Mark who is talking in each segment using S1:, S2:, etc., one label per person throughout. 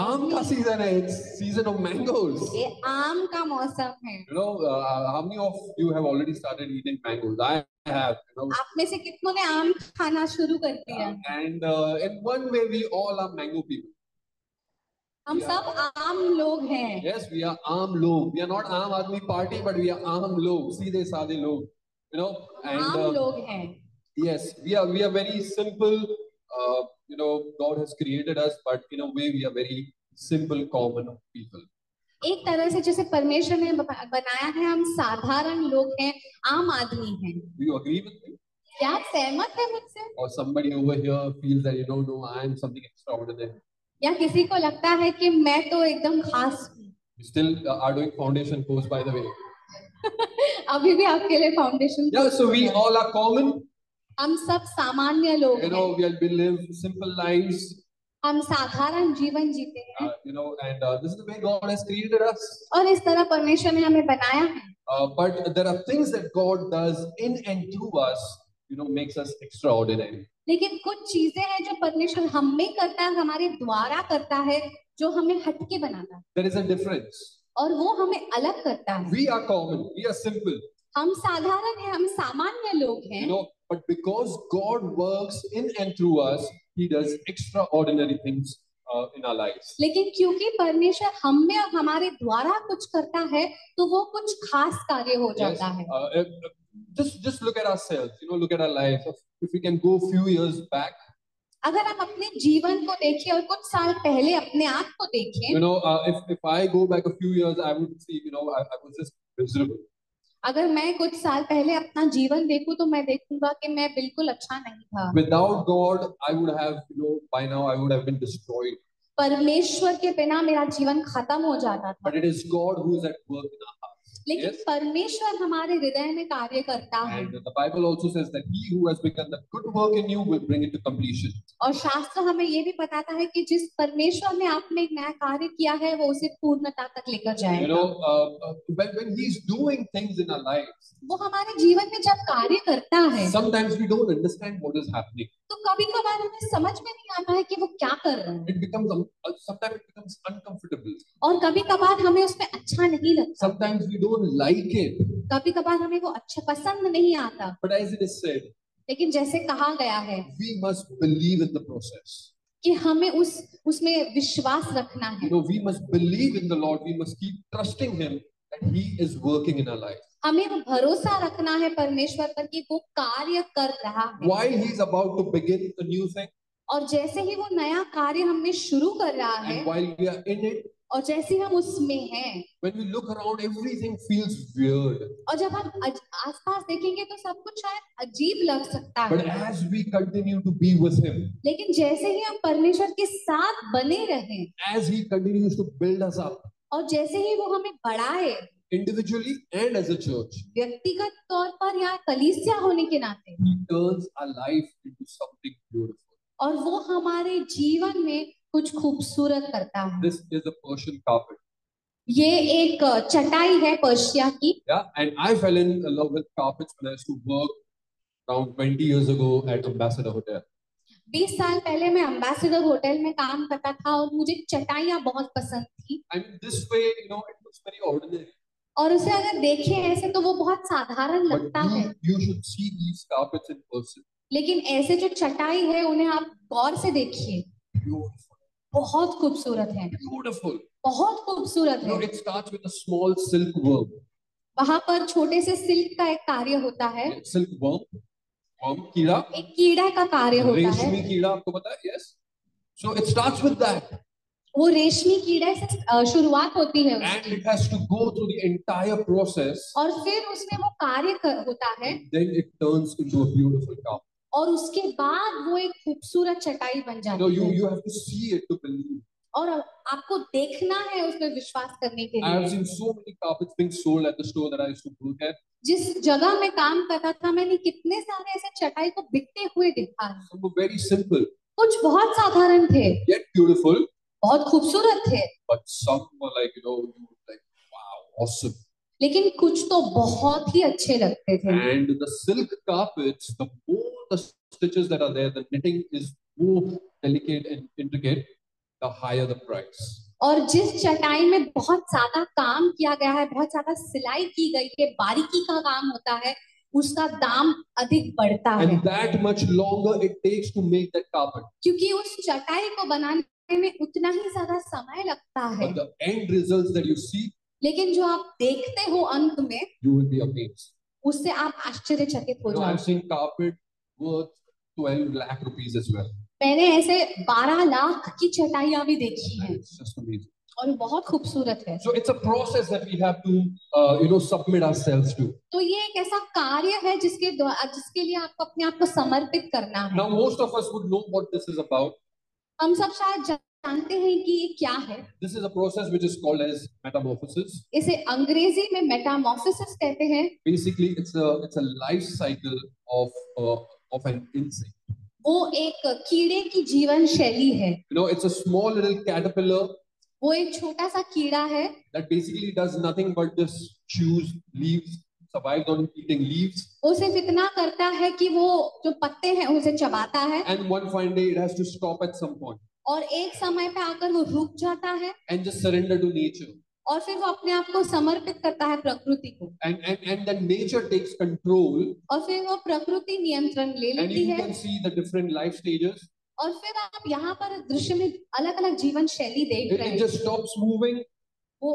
S1: आम का सीजन है इट्स सीजन ऑफ मैंगोज
S2: ये आम का मौसम है
S1: you know uh, how many of you have already started eating mangoes i have you know
S2: आप में से कितनों ने आम खाना शुरू कर दिया
S1: uh, and uh, in one way we all are mango people
S2: हम सब आम लोग हैं
S1: yes we are aam log we are not aam aadmi party but we are aam log seedhe saadhe log you know and
S2: आम
S1: uh,
S2: लोग हैं
S1: yes we are we are very simple uh, you know god has created us but in a way we are very simple common people
S2: एक तरह से जैसे परमेश्वर ने ब- बनाया है हम साधारण लोग हैं आम आदमी हैं
S1: do you agree with me
S2: क्या आप सहमत है मुझसे
S1: or somebody over here feels that you know no i am something extraordinary
S2: या किसी को लगता है कि मैं तो एकदम खास हूँ
S1: you still uh, are doing foundation course by the way
S2: अभी भी आपके लिए foundation
S1: Yeah, so we all are common.
S2: हम सब सामान्य लोग
S1: You
S2: हैं
S1: know, we, are, we live simple lives.
S2: हम साधारण जीवन जीते हैं
S1: Uh, you know, and uh, this is the way God has created us.
S2: और इस तरह परमेश्वर ने हमें बनाया है
S1: Uh, but there are things that God does in and through us. You know, makes us extraordinary.
S2: लेकिन कुछ चीजें हैं जो परमेश्वर हम में करता है हमारे द्वारा करता है जो हमें हटके बनाता है
S1: There is a difference.
S2: और वो हमें अलग करता है
S1: We are common. We are simple.
S2: हम साधारण हैं हम सामान्य लोग
S1: You
S2: हैं
S1: know, but because God works in and through us, He does extraordinary things uh, in our lives.
S2: लेकिन क्योंकि परमेश्वर हम में और हमारे द्वारा कुछ करता है तो वो कुछ खास कार्य हो
S1: Yes.
S2: जाता है
S1: Uh, uh, just just look at ourselves. You know, look at our lives. If we can go a few years back.
S2: अगर हम अपने जीवन को देखें और कुछ साल पहले अपने आप को देखें
S1: you know, uh, if, if I go back a few years, I would see, you know, I, I was just miserable.
S2: अगर मैं कुछ साल पहले अपना जीवन देखूं तो मैं देखूंगा कि मैं बिल्कुल अच्छा नहीं था
S1: Without God, I would have, you know, by now I would have been destroyed.
S2: परमेश्वर के बिना मेरा जीवन खत्म हो जाता था
S1: But it is God who is at work in our hearts.
S2: लेकिन
S1: Yes.
S2: परमेश्वर हमारे हृदय में कार्य करता है
S1: And the Bible also says that he who has begun the good work in you will bring it to completion.
S2: और शास्त्र हमें ये भी बताता है कि जिस परमेश्वर ने आप में एक नया कार्य किया है वो उसे पूर्णता तक लेकर
S1: You
S2: जाएगा
S1: know, uh, uh, when, when he's doing things in our lives,
S2: वो हमारे जीवन में जब कार्य करता है
S1: sometimes we don't understand what is happening.
S2: तो कभी कभार हमें समझ में नहीं आता है कि वो क्या कर रहा है
S1: It becomes, um, uh, sometimes it becomes uncomfortable.
S2: और कभी कभार हमें उसमें अच्छा नहीं लगता
S1: Sometimes we don't like it.
S2: कभी कभार हमें वो अच्छा पसंद नहीं आता
S1: But as it is said,
S2: लेकिन जैसे कहा गया है
S1: we must believe in the process.
S2: कि हमें उस उसमें विश्वास रखना है
S1: You know, we must believe in the Lord. We must keep trusting Him that He is working in our life.
S2: हमें वो भरोसा रखना है परमेश्वर पर कि वो कार्य कर रहा है
S1: While He's about to begin a new thing,
S2: और जैसे ही वो नया कार्य हमने शुरू कर रहा
S1: and
S2: है
S1: while we are in it,
S2: और जैसे ही हम उसमें हैं
S1: when we look around, everything feels weird.
S2: और जब हम अज- आसपास देखेंगे तो सब कुछ शायद अजीब लग सकता
S1: But
S2: है
S1: as we continue to be with Him,
S2: लेकिन जैसे ही हम परमेश्वर के साथ बने रहे
S1: as He continues to build us up
S2: और जैसे ही वो हमें बढ़ाए
S1: individually and as a church,
S2: व्यक्तिगत तौर पर या कलीसिया होने के नाते
S1: He turns our life into something beautiful.
S2: और वो हमारे जीवन में कुछ खूबसूरत करता है
S1: This is a Persian carpet.
S2: ये एक चटाई है पर्शिया की
S1: Yeah. And I fell in love with carpets when I used to work around 20 years ago at Ambassador Hotel.
S2: 20 साल पहले मैं अम्बेसडर होटल में काम करता था और मुझे चटाइयाँ बहुत पसंद थी
S1: I mean, this way, you know, it looks very ordinary.
S2: और उसे अगर देखें ऐसे तो वो बहुत साधारण लगता
S1: But
S2: है
S1: you, you should see these carpets in person.
S2: लेकिन ऐसे जो चटाई है उन्हें आप गौर से देखिए
S1: Beautiful,
S2: बहुत खूबसूरत है
S1: beautiful.
S2: बहुत खूबसूरत
S1: You know,
S2: है
S1: it starts with a small silk worm.
S2: वहां पर छोटे से सिल्क का एक कार्य होता है
S1: Silk worm, worm कीड़ा,
S2: एक कीड़ा का कार्य होता है
S1: रेशमी कीड़ा आपको पता है? Yes. So it starts with that,
S2: वो रेशमी कीड़े से अ, शुरुआत होती है
S1: and
S2: उसकी
S1: it has to go through the entire process.
S2: और फिर उसमें वो कार्य कर, होता है
S1: and Then it turns into a beautiful carpet.
S2: और उसके बाद वो एक खूबसूरत चटाई बन
S1: You know,
S2: जाती
S1: you
S2: है
S1: you have to see it to believe.
S2: और आपको देखना है उसमें विश्वास करने के
S1: I have
S2: लिए
S1: seen so many carpets being sold at the store that I used to work at.
S2: जिस जगह मैं काम करता था मैंने कितने सारे ऐसे चटाई को बिकते हुए देखा है
S1: Some were very simple
S2: कुछ बहुत साधारण थे
S1: yet beautiful.
S2: बहुत खूबसूरत थे
S1: but some were like you know you were like wow awesome
S2: लेकिन कुछ तो बहुत ही अच्छे लगते थे
S1: and the silk carpets the more the stitches that are there the knitting is more delicate and intricate the higher the price.
S2: और जिस चटाई में बहुत ज्यादा काम किया गया है बहुत ज्यादा सिलाई की गई है बारीकी का काम होता है उसका दाम अधिक बढ़ता है
S1: And that much longer it takes to make that carpet.
S2: क्योंकि उस चटाई को बनाने में उतना ही ज्यादा समय लगता है
S1: But the end results that you see,
S2: लेकिन जो आप देखते हो अंत में
S1: you will be amazed.
S2: उससे आप आश्चर्यचकित हो
S1: You know,
S2: जाओ
S1: I've seen carpet worth 12 lakh rupees as well.
S2: मैंने ऐसे 12 लाख की चटाइयां भी देखी
S1: And
S2: हैं
S1: it's just amazing.
S2: और वो बहुत खूबसूरत है
S1: So it's a process that we have to, uh, you know, submit ourselves to.
S2: तो ये एक ऐसा कार्य है जिसके द्वा- जिसके लिए आपको अपने आप को समर्पित करना है
S1: Now, most of us would know what this is about.
S2: हम सब शायद जानते हैं कि ये क्या है
S1: This is a process which is called as metamorphosis.
S2: इसे अंग्रेजी में मेटामॉर्फोसिस कहते हैं
S1: Basically, it's a it's a life cycle of uh, of an insect.
S2: वो एक कीड़े की जीवन शैली है
S1: You know, it's a small little caterpillar
S2: वो एक छोटा सा कीड़ा है
S1: that basically does nothing but just chews leaves, survives on eating leaves,
S2: वो सिर्फ इतना करता है कि वो जो पत्ते हैं उसे चबाता है
S1: and one fine day it has to stop at some point
S2: और एक समय पे आकर वो रुक जाता है
S1: and just surrender to nature.
S2: और फिर वो अपने आप को समर्पित करता है प्रकृति को
S1: And and and then nature takes control,
S2: और फिर वो प्रकृति नियंत्रण ले
S1: and
S2: लेती
S1: you
S2: है
S1: can see the different life stages.
S2: और फिर आप यहाँ पर दृश्य में अलग अलग जीवन शैली देख
S1: It,
S2: रहे
S1: it
S2: हैं
S1: just stops moving,
S2: वो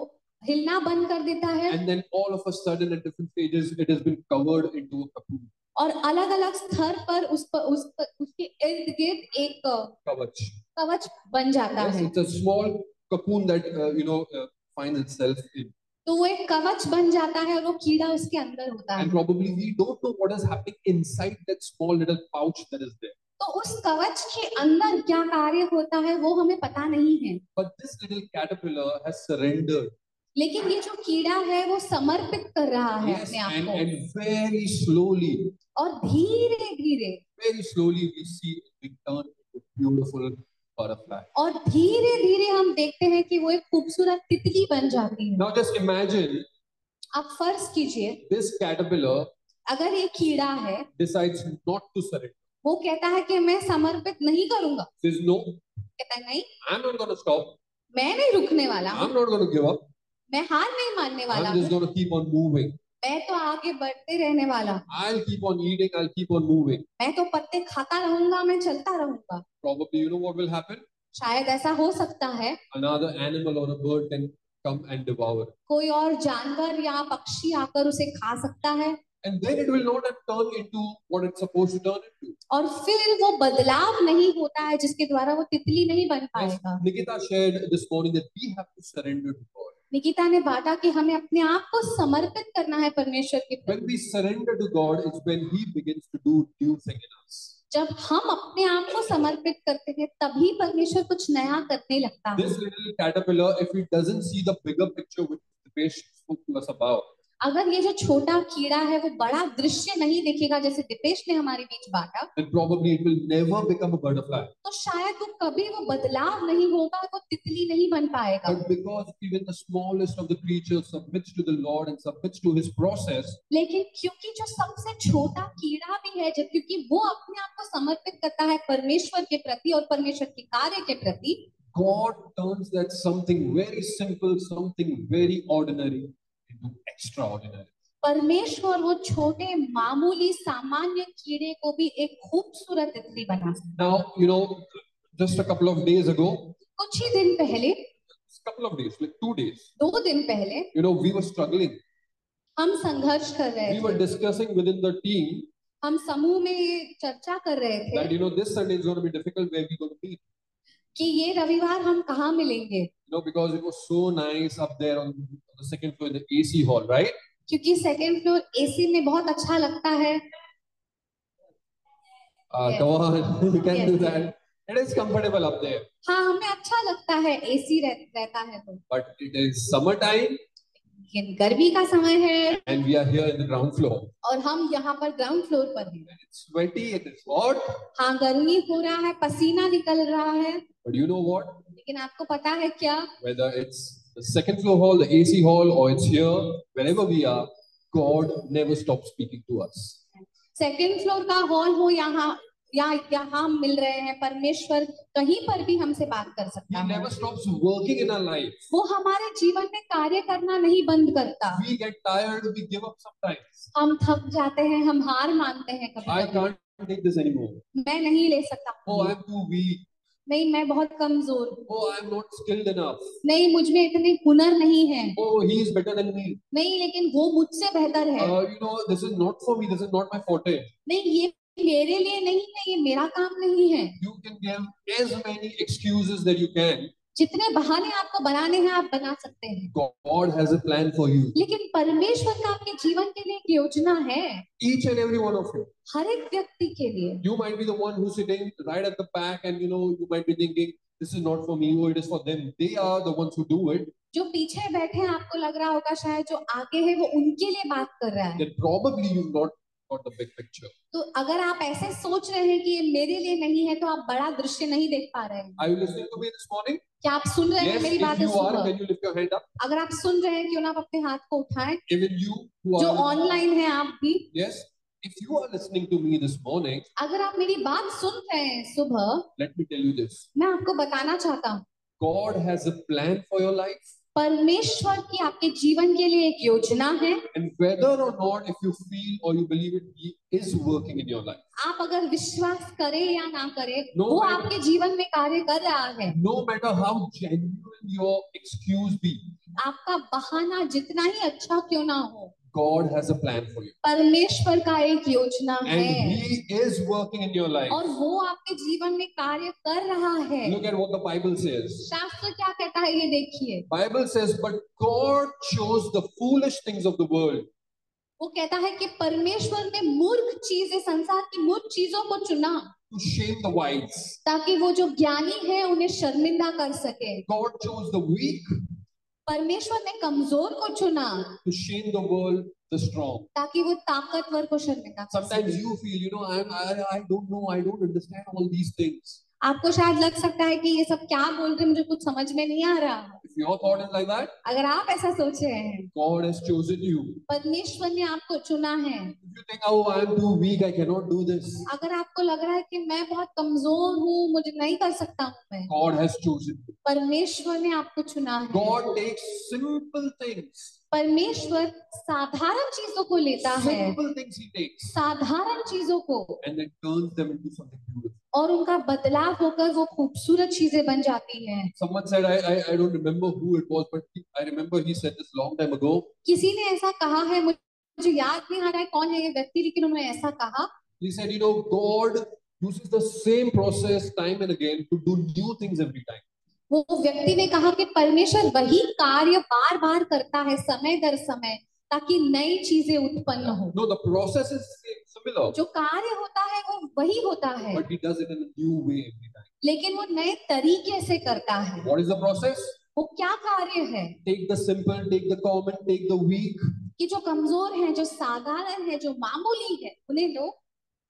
S2: हिलना बंद कर देता है
S1: and then all of a sudden, at different stages, it has been covered into a cocoon,
S2: और अलग अलग स्तर पर उस पर उस पर उसके इर्द गिर्द एक अ,
S1: coverage.
S2: कवच बन जाता
S1: Yes,
S2: है
S1: it's a small cocoon that uh, you know uh, finds itself in,
S2: तो वो एक कवच बन जाता है और वो कीड़ा उसके अंदर होता है
S1: and probably we don't know what is happening inside that small little pouch that is there.
S2: तो उस कवच के अंदर क्या कार्य होता है वो हमें पता नहीं है
S1: But this little caterpillar has surrendered,
S2: लेकिन ये जो कीड़ा है वो समर्पित कर रहा है
S1: yes,
S2: अपने
S1: and,
S2: आप
S1: and very slowly,
S2: को और धीरे धीरे
S1: very slowly, we see it being turned into a beautiful butterfly.
S2: और धीरे धीरे हम देखते हैं कि वो एक खूबसूरत तितली बन जाती है
S1: Now, just imagine
S2: आप फर्ज कीजिए
S1: this caterpillar
S2: अगर ये कीड़ा है
S1: decides not to surrender.
S2: वो कहता है कि मैं समर्पित नहीं करूंगा
S1: Says, No,
S2: कहता है नहीं
S1: I'm not going to stop.
S2: मैं नहीं रुकने वाला हूँ
S1: I'm not going to give up.
S2: मैं हार नहीं मानने वाला
S1: I'm just
S2: हूँ
S1: going to keep on moving.
S2: मैं तो आगे बढ़ते रहने वाला हूँ
S1: I'll keep on eating. I'll keep on moving.
S2: मैं तो पत्ते खाता रहूंगा मैं चलता रहूंगा
S1: Probably, you know what will happen?
S2: शायद ऐसा हो सकता है
S1: Another animal or a bird can come and devour it.
S2: कोई और जानवर या पक्षी आकर उसे खा सकता है
S1: And then it will not have turned into what it's supposed to turn into.
S2: और फिर वो बदलाव नहीं होता है जिसके द्वारा वो तितली नहीं बन
S1: Yes,
S2: पाएगा
S1: Nikita shared this morning that we have to surrender to God.
S2: Nikita ने बांटा कि हमें अपने आप को समर्पित करना है परमेश्वर के प्रति
S1: When we surrender to God, it's when He begins to do new thing in us.
S2: जब हम अपने आप को समर्पित करते हैं तभी परमेश्वर कुछ नया करने लगता है
S1: This little caterpillar, if it doesn't see the bigger picture which the patient spoke to us about,
S2: अगर ये जो छोटा कीड़ा है वो बड़ा दृश्य नहीं देखेगा जैसे दिपेश ने हमारे बीच बांटा
S1: then probably it will never become a butterfly.
S2: तो शायद वो कभी वो बदलाव नहीं होगा वो तितली नहीं बन पाएगा
S1: But because even the smallest of the creatures submits to the Lord and submits to His process,
S2: लेकिन क्योंकि जो सबसे छोटा कीड़ा भी है जब क्योंकि वो अपने आप को समर्पित करता है परमेश्वर के प्रति और परमेश्वर के कार्य के प्रति
S1: God turns that something very simple, something very ordinary, into extraordinary.
S2: परमेश्वर वो छोटे मामूली सामान्य कीड़े को भी एक खूबसूरत तितली बना सकता है।
S1: Now, you know, just a couple of days ago,
S2: कुछ ही दिन पहले
S1: couple of days, like two days,
S2: दो दिन पहले
S1: you know, we were struggling.
S2: हम संघर्ष कर रहे
S1: We
S2: थे
S1: were discussing within the team
S2: हम समूह में ये चर्चा कर रहे
S1: that,
S2: थे
S1: you know, this Sunday is going to be difficult where we're going to meet.
S2: कि ये रविवार हम कहाँ मिलेंगे
S1: You know, because it was so nice up there on on the second floor in the AC hall, right?
S2: क्योंकि second floor AC में बहुत अच्छा लगता है
S1: Uh,
S2: Yes.
S1: Come on, you can
S2: Yes.
S1: do that. It is comfortable up there,
S2: हाँ हमें अच्छा लगता है एसी रह, रहता है तो
S1: but it is summertime
S2: लेकिन गर्मी का समय है
S1: and we are here in the ground floor.
S2: और हम यहाँ पर ग्राउंड फ्लोर पर हैं
S1: It's sweaty, it is hot,
S2: हाँ गर्मी हो रहा है पसीना निकल रहा है
S1: but you know what?
S2: लेकिन आपको पता है क्या
S1: Whether it's the second floor hall, the AC hall, or it's here, wherever we are, God never stops speaking to us.
S2: Second floor का हॉल हो यहाँ या यहाँ मिल रहे हैं परमेश्वर कहीं पर भी हमसे बात कर सकता
S1: He
S2: है
S1: never stops working in our life.
S2: वो हमारे जीवन में कार्य करना नहीं बंद करता
S1: We get tired, we give up sometimes.
S2: हम थक जाते हैं हम हार मानते हैं कभी
S1: I can't take this anymore.
S2: कभी मैं नहीं ले सकता
S1: Oh, I'm too weak.
S2: नहीं मैं बहुत कमजोर हूँ
S1: Oh, I'm not skilled enough.
S2: नहीं मुझ में इतने हुनर नहीं है
S1: Oh, he is better than me.
S2: नहीं लेकिन वो मुझसे बेहतर है
S1: Uh, you know, this is not for me. This is not my forte.
S2: नहीं ये मेरे लिए नहीं है ये मेरा काम नहीं है
S1: You can give as many excuses that you can.
S2: जितने बहाने आपको बनाने हैं आप बना सकते हैं
S1: God has a plan for you.
S2: लेकिन परमेश्वर का आपके जीवन के लिए एक योजना है
S1: Each and every one of you.
S2: हर एक व्यक्ति के लिए
S1: You might be the one who's sitting right at the back, and you know, you might be thinking, this is not for me, oh, it is for them. They are the ones who do it.
S2: जो पीछे बैठे हैं आपको लग रहा होगा शायद जो आगे है वो उनके लिए बात कर रहा है
S1: Then probably you've not got the big picture.
S2: तो अगर आप ऐसे सोच रहे हैं कि ये मेरे लिए नहीं है तो आप बड़ा दृश्य नहीं देख पा रहे हैं
S1: Are you listening to me this morning?
S2: क्या आप सुन रहे हैं
S1: Yes,
S2: मेरी
S1: if
S2: बातें
S1: you
S2: सुन
S1: are,
S2: रहे
S1: can you lift your hand up?
S2: हो? अगर आप सुन रहे हैं क्यों ना आप अपने हाथ को उठाएं
S1: Even you who
S2: जो
S1: are.
S2: ऑनलाइन है आप भी
S1: Yes. If you are listening to me this morning,
S2: अगर आप मेरी बात सुन रहे हैं सुबह
S1: let me tell you this
S2: मैं आपको बताना चाहता हूँ
S1: God has a plan for your life.
S2: परमेश्वर की आपके जीवन के लिए एक योजना है
S1: And whether or not, if you feel or you believe it, He is working in your life.
S2: आप अगर विश्वास करें या ना करें
S1: No,
S2: वो
S1: I-
S2: आपके जीवन में कार्य कर रहा है
S1: No matter how genuine your excuse be,
S2: आपका बहाना जितना ही अच्छा क्यों ना हो
S1: God has a plan for you.
S2: परमेश्वर का एक योजना
S1: And
S2: है
S1: He is working in your life.
S2: और वो आपके जीवन में कार्य कर रहा है
S1: Look at what the Bible says.
S2: शास्त्र क्या कहता है ये देखिए
S1: Bible says, but God chose the foolish things of the world
S2: वो कहता है कि परमेश्वर ने मूर्ख चीजें संसार की मूर्ख चीजों को चुना
S1: to shame the wise.
S2: ताकि वो जो ज्ञानी है उन्हें शर्मिंदा कर सके
S1: God chose the weak
S2: परमेश्वर ने कमजोर को चुना
S1: to shame the world, the strong.
S2: ताकि वो ताकतवर को शर्मिंदा कर सके
S1: Sometimes you feel, you know, I'm, I, I don't know, I don't understand all these things.
S2: आपको शायद लग सकता है कि ये सब क्या बोल रहे हैं, मुझे कुछ समझ में नहीं आ रहा
S1: If your thought is like that,
S2: अगर आप ऐसा सोच रहे हैं
S1: God has chosen you.
S2: परमेश्वर ने आपको चुना है
S1: If you think, oh, I'm too weak, I cannot do this.
S2: अगर आपको लग रहा है कि मैं बहुत कमजोर हूँ मुझे नहीं कर सकता हूँ मैं
S1: God has chosen you.
S2: परमेश्वर ने आपको चुना है
S1: God takes simple things.
S2: परमेश्वर साधारण चीजों को लेता है
S1: Simple things He takes
S2: साधारण चीजों को
S1: and then turns them into something beautiful.
S2: और उनका बदलाव होकर वो खूबसूरत चीजें बन जाती हैं
S1: Someone said, I, I, I don't remember who it was, but he- I remember he said this long time ago.
S2: किसी ने ऐसा कहा है मुझे मुझे याद नहीं आ रहा है कौन है ये व्यक्ति लेकिन उन्होंने ऐसा कहा
S1: He said, you know, God uses the same process time and again to do new things every time.
S2: वो व्यक्ति ने कहा कि परमेश्वर वही कार्य बार बार करता है समय दर समय ताकि नई चीजें उत्पन्न हो
S1: No, the process is same- similar,
S2: जो कार्य होता है वो वही होता है
S1: but He does it in a new way every time.
S2: लेकिन वो नए तरीके से करता है
S1: What is the process?
S2: वो क्या कार्य है
S1: Take the simple, take the common, take the weak,
S2: कि जो कमजोर है जो साधारण है जो मामूली है उन्हें लो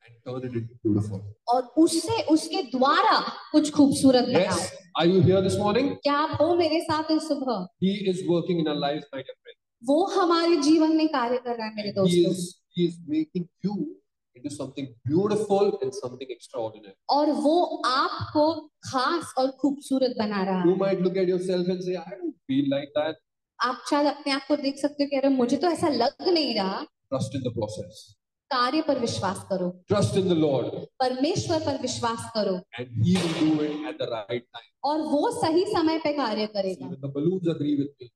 S1: and turn it into beautiful.
S2: और उससे उसके द्वारा कुछ खूबसूरत
S1: Yes.
S2: बनाओ
S1: Are you here this morning?
S2: क्या आप हो मेरे साथ इस सुबह
S1: He is working in our lives, my dear friend.
S2: वो हमारे जीवन में कार्य कर रहा है मेरे
S1: He
S2: दोस्तों
S1: is, he is making you into something beautiful and something extraordinary.
S2: और वो आपको खास और खूबसूरत बना रहा है
S1: You might look at yourself and say, I don't feel like that.
S2: आप शायद अपने आप को देख सकते हो कि अरे मुझे तो ऐसा लग नहीं रहा
S1: Trust in the process.
S2: कार्य पर विश्वास करो
S1: Trust in the Lord,
S2: परमेश्वर पर विश्वास करो
S1: and He will do it at the right time.
S2: और वो सही समय पे कार्य करेगा
S1: Even the balloons agree with me.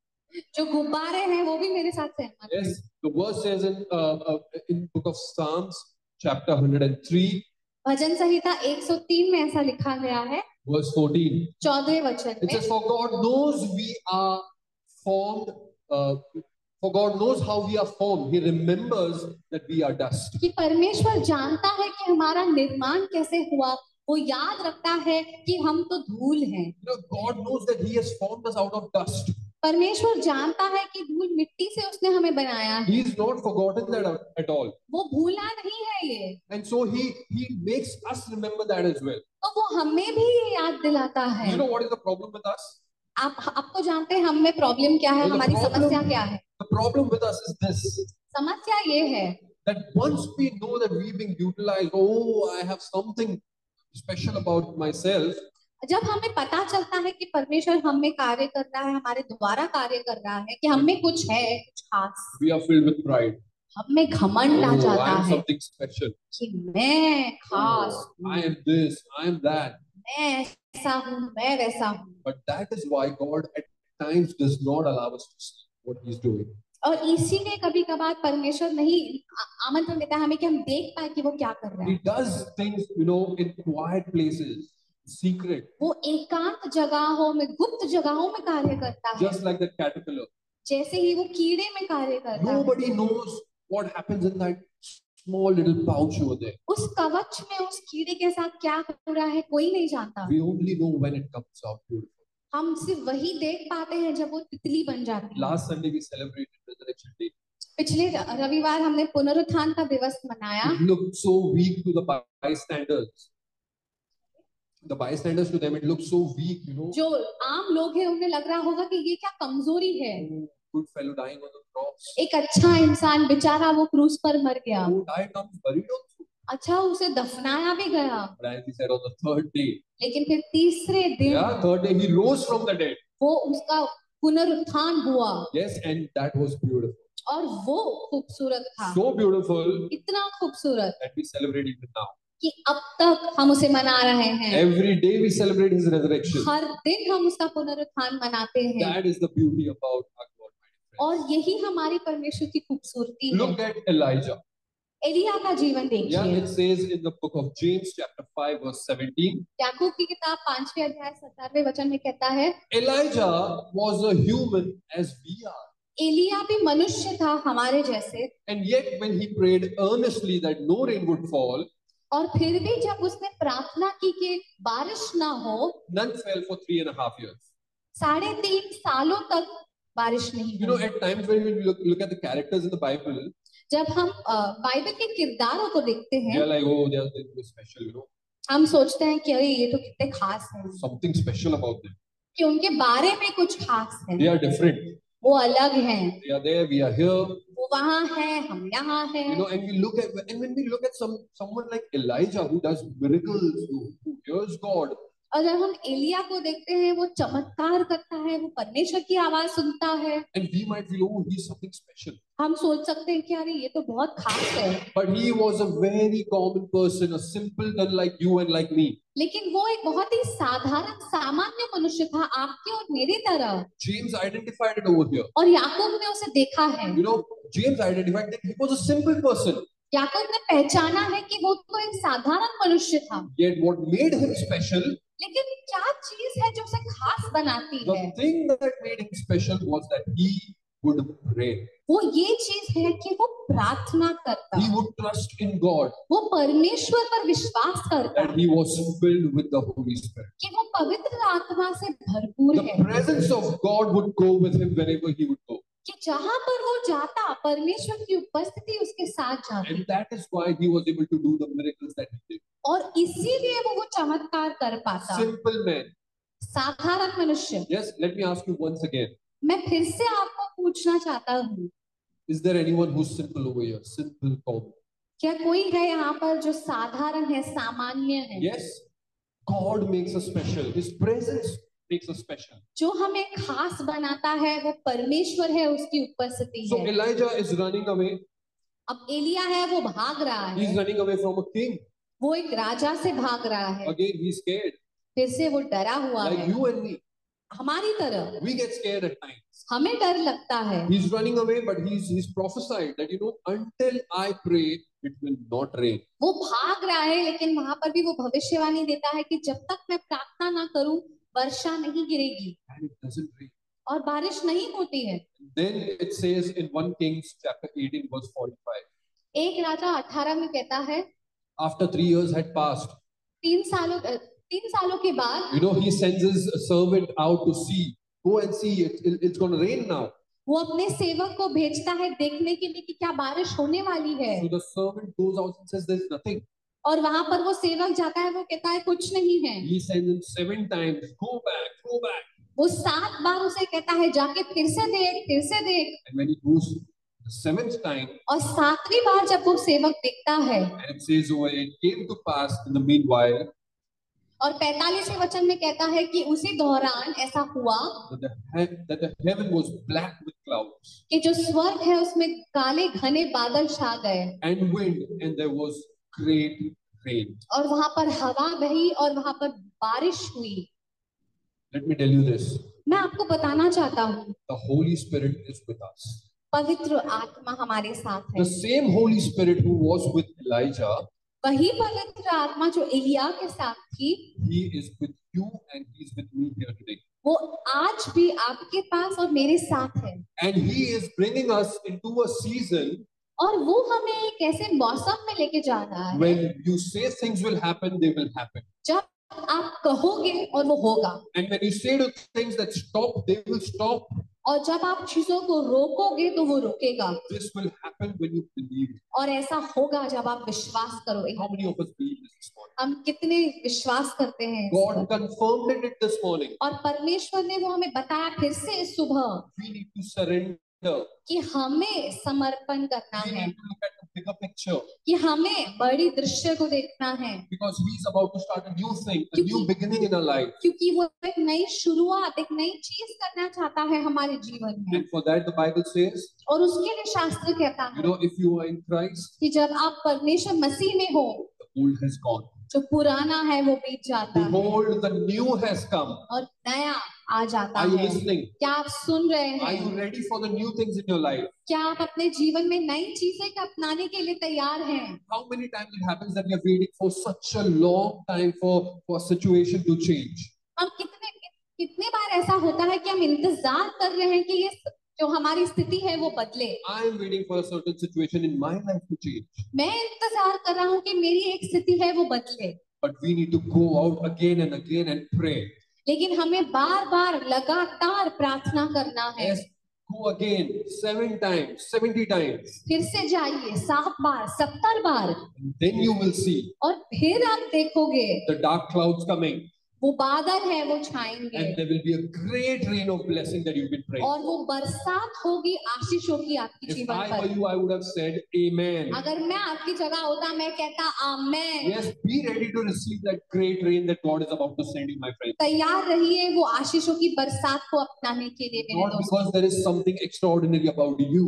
S2: जो गुब्बारे हैं वो भी मेरे साथ सहमत हैं।
S1: Yes, the verse says in uh, uh, in Book of Psalms, chapter 103,
S2: भजन संहिता 103 में ऐसा लिखा गया है
S1: verse 14.
S2: चौदह वचन
S1: It
S2: में
S1: says, For God knows we are formed, uh, for God knows how we are formed. He remembers that we are dust.
S2: कि परमेश्वर जानता है कि हमारा निर्माण कैसे हुआ वो याद रखता है कि हम तो धूल हैं
S1: You know, God knows that He has formed us out of dust.
S2: परमेश्वर जानता है कि धूल मिट्टी से उसने हमें बनाया है
S1: He is not forgotten that uh, at all.
S2: वो भूला नहीं है ये
S1: And so He He makes us remember that as well.
S2: तो वो हमें भी ये याद दिलाता है
S1: You know what is the problem with us?
S2: आप आपको जानते हैं हम में
S1: तो
S2: प्रॉब्लम क्या है
S1: Well, the
S2: हमारी
S1: problem-
S2: समस्या क्या है
S1: The problem with us is this
S2: समस्या ये है
S1: that once we know that we've been utilized, oh, I have something special about myself,
S2: जब हमें पता चलता है कि परमेश्वर हम में कार्य कर रहा है हमारे द्वारा कार्य कर रहा है कि हम में कुछ है कुछ खास
S1: we are filled with pride.
S2: हम में घमंड आ
S1: Oh, I
S2: जाता
S1: am
S2: है
S1: something special.
S2: कि मैं खास
S1: Oh,
S2: हूँ,
S1: I am this, I am that.
S2: मैं ऐसा हूँ मैं वैसा हूँ
S1: But that is why God at times does not allow us to see what He's doing.
S2: और इसीलिए कभी कभार परमेश्वर नहीं आ- आमंत्रण देता है हमें कि हम देख पाए कि वो क्या कर रहा है
S1: He does things, you know, in quiet places, secret,
S2: वो एकांत जगहों में गुप्त जगहों में कार्य करता है
S1: just like the caterpillar.
S2: जैसे ही वो कीड़े में कार्य करता है
S1: Nobody knows what happens in that small little pouch over there.
S2: उस कवच में उस कीड़े के साथ क्या हो रहा है कोई नहीं जानता
S1: We only know when it comes out beautiful.
S2: हम सिर्फ वही देख पाते हैं जब वो तितली बन जाती है
S1: Last Sunday we celebrated Resurrection Day.
S2: पिछले र- रविवार हमने पुनरुत्थान का दिवस मनाया
S1: It looked so weak to the bystanders. The bystanders to them, it looked so weak, you know.
S2: जो आम लोग हैं उन्हें लग रहा होगा कि ये क्या कमजोरी है
S1: Oh, good fellow dying on the cross.
S2: एक अच्छा इंसान बेचारा वो क्रूज पर मर गया
S1: Who died not buried also.
S2: अच्छा उसे दफनाया भी गया
S1: But as he said on the third day,
S2: लेकिन फिर तीसरे
S1: yeah,
S2: दिन
S1: third day he rose from the dead.
S2: वो उसका पुनरुत्थान हुआ
S1: Yes, and that was beautiful.
S2: और वो खूबसूरत था
S1: So beautiful
S2: इतना खूबसूरत
S1: that we celebrate it now.
S2: कि अब तक हम उसे मना रहे हैं
S1: Every day we celebrate his resurrection.
S2: हर दिन हम उसका पुनरुत्थान मनाते हैं
S1: That is the beauty about our God. my
S2: और
S1: dear friends.
S2: यही हमारी परमेश्वर की खूबसूरती है
S1: Look at Elijah.
S2: एलिया का जीवन
S1: Yeah,
S2: देखिए
S1: it says in the book of James, chapter 5, verse 17.
S2: याकूब की किताब पांचवे अध्याय सत्तरवे वचन में कहता है
S1: Elijah was a human as we are.
S2: एलिया भी मनुष्य था हमारे जैसे
S1: And yet, when he prayed earnestly that no rain would fall,
S2: और फिर भी जब उसने प्रार्थना की कि बारिश ना हो
S1: none fell for three and a half years.
S2: साढ़े तीन सालों तक बारिश नहीं
S1: You know,
S2: हुई
S1: at times when we look, look at the characters in the Bible,
S2: जब हम अ, बाइबल के किरदारों को देखते
S1: we
S2: हैं
S1: are like, oh, they are they are special, you know,
S2: हम सोचते हैं कि अरे ये तो कितने खास हैं
S1: something special about them.
S2: कि उनके बारे में कुछ खास है
S1: They are different.
S2: वो अलग हैं
S1: They are there, we are here.
S2: वो वहाँ है हम यहाँ हैं
S1: You know, and we look at and when we look at some someone like Elijah who does miracles, who, who hears God,
S2: और जब हम एलिया को देखते हैं वो चमत्कार करता है वो परमेश्वर की आवाज सुनता है
S1: and we might feel, oh, he's something special.
S2: हम सोच सकते हैं कि अरे ये तो बहुत खास है
S1: But he was a very common person, a simple done like you and like me.
S2: लेकिन वो एक बहुत ही साधारण सामान्य मनुष्य था आपके और मेरी तरह
S1: James identified it over here.
S2: और याकूब ने उसे देखा है
S1: You know, James identified that he was a simple person.
S2: याकूब ने पहचाना है कि वो तो एक साधारण मनुष्य था
S1: Yet what made him special,
S2: लेकिन क्या चीज है जो उसे खास बनाती है
S1: the thing that made him special was that he would pray.
S2: वो ये चीज है कि वो प्रार्थना करता
S1: He would trust in God
S2: वो परमेश्वर पर विश्वास करता
S1: that he was filled with the Holy Spirit.
S2: कि वो पवित्र आत्मा से भरपूर है
S1: The presence of God would go with him wherever he would go.
S2: कि जहां पर वो जाता परमेश्वर की उपस्थिति उसके साथ जाती
S1: And that is why he was able to do the miracles that he did.
S2: और इसीलिए वो वो चमत्कार कर पाता
S1: Simple man.
S2: साधारण मनुष्य
S1: Yes, let me ask you once again.
S2: मैं फिर से आपको पूछना चाहता हूँ
S1: Is there anyone who's simple over here? Simple, common.
S2: क्या कोई है यहाँ पर जो साधारण है सामान्य है
S1: Yes, God makes us special. His presence makes us special.
S2: जो हमें खास बनाता है वो परमेश्वर है उसकी उपस्थिति
S1: So
S2: है
S1: Elijah is running away.
S2: अब एलिया है वो भाग रहा
S1: He's
S2: है
S1: running away from a king.
S2: वो एक राजा से भाग रहा है
S1: Again, he's scared.
S2: फिर से वो डरा हुआ
S1: Like
S2: है
S1: you and me.
S2: हमारी तरह
S1: We get scared at times.
S2: हमें डर लगता है
S1: He's running away, but he's he's prophesied that you know, until I pray, it will not rain.
S2: वो भाग रहा है लेकिन वहां पर भी वो भविष्यवाणी देता है कि जब तक मैं प्रार्थना ना करूं वर्षा नहीं गिरेगी
S1: And it doesn't rain.
S2: और बारिश नहीं होती है
S1: Then it says in 1 Kings chapter 18, verse 45.
S2: एक राजा अठारह में कहता है
S1: After three years had passed,
S2: तीन सालों अ, तीन सालों के बाद
S1: you know, he sends his servant out to see. Go and see, it, it- it's going to rain now.
S2: वो अपने सेवक को भेजता है देखने के लिए कि क्या बारिश होने वाली है
S1: So the servant goes out and says, There's nothing.
S2: और वहां पर वो सेवक जाता है वो कहता है कुछ नहीं है
S1: He sends him seven times, Go back, go back.
S2: वो सात बार उसे कहता है जाके फिर से देख फिर से देख
S1: And when he goes, the seventh time,
S2: और सातवीं बार जब वो सेवक देखता है
S1: and it says over it came to pass in the meanwhile
S2: और पैतालीसवें वचन में कहता है कि उसी दौरान ऐसा हुआ
S1: that the, he- that the heaven was black with clouds
S2: कि जो स्वर्ग है उसमें काले घने बादल छा गए
S1: and wind, and there was great rain.
S2: और वहां पर हवा बही और वहां पर बारिश हुई
S1: Let me tell you this
S2: मैं आपको बताना चाहता हूँ
S1: the Holy Spirit is with us.
S2: पवित्र आत्मा हमारे साथ है
S1: The same Holy Spirit who was with Elijah,
S2: वही पवित्र आत्मा जो एलिया के साथ थी
S1: he is with you and he's with me here today.
S2: वो आज भी आपके पास और मेरे साथ है
S1: And he is bringing us into a season
S2: और वो हमें एक ऐसे मौसम में लेके जा रहा है
S1: when you say things will happen, they will happen.
S2: जब आप कहोगे और वो होगा
S1: And when you say to things that stop, they will stop.
S2: और जब आप चीजों को रोकोगे तो वो रुकेगा
S1: This will happen when you believe.
S2: और ऐसा होगा जब आप विश्वास करोगे
S1: How many of us believe this this morning?
S2: हम कितने विश्वास करते हैं इस
S1: God
S2: पर?
S1: confirmed it this morning.
S2: और परमेश्वर ने वो हमें बताया फिर से इस सुबह
S1: We need to surrender. We
S2: कि हमें समर्पण करना है
S1: need to look at the bigger picture
S2: कि हमें बड़ी दृश्य को देखना है
S1: because He's about to start a new thing, a new beginning in our life.
S2: क्योंकि वो एक नई शुरुआत एक नई चीज करना चाहता है हमारे जीवन में
S1: And for that, the Bible says,
S2: और उसके लिए शास्त्र कहता
S1: you
S2: है
S1: know, if you are in Christ,
S2: कि जब आप परमेश्वर मसीह में हो
S1: the old has gone.
S2: जो पुराना है वो बीत जाता है
S1: Behold, the new has come.
S2: और नया आ जाता
S1: Are you
S2: है
S1: listening?
S2: क्या आप सुन रहे
S1: Are you
S2: हैं
S1: ready for the new things in your life?
S2: क्या आप अपने जीवन में नई चीजें का अपनाने के लिए तैयार हैं
S1: How many times it happens that we are waiting for such a long time for, for a situation to change?
S2: हम कितने कितने बार ऐसा होता है कि हम इंतजार कर रहे हैं कि ये जो हमारी स्थिति है वो बदले
S1: I am waiting for a certain situation in my life to change.
S2: मैं इंतजार कर रहा हूँ कि मेरी एक स्थिति है वो बदले
S1: But we need to go out again and again and pray.
S2: लेकिन हमें बार बार लगातार प्रार्थना करना है
S1: Yes, go again seven times, 70 times.
S2: फिर से जाइए सात बार सत्तर बार
S1: And then you will see
S2: और फिर आप देखोगे
S1: the dark clouds coming,
S2: वो बादल है वो छाएंगे
S1: and there will be a great rain of blessing that you've been praying.
S2: और वो बरसात होगी आशीषों की आपके
S1: If
S2: जीवन
S1: I were
S2: पर
S1: you, I would have said, Amen.
S2: अगर मैं आपकी जगह होता मैं कहता आमेन
S1: Yes, be ready to receive that great rain that God is about to send you, my friend.
S2: तैयार रहिए वो आशीषों की बरसात को अपनाने के लिए मेरे
S1: Not
S2: दोस्त
S1: because there is something extraordinary about you.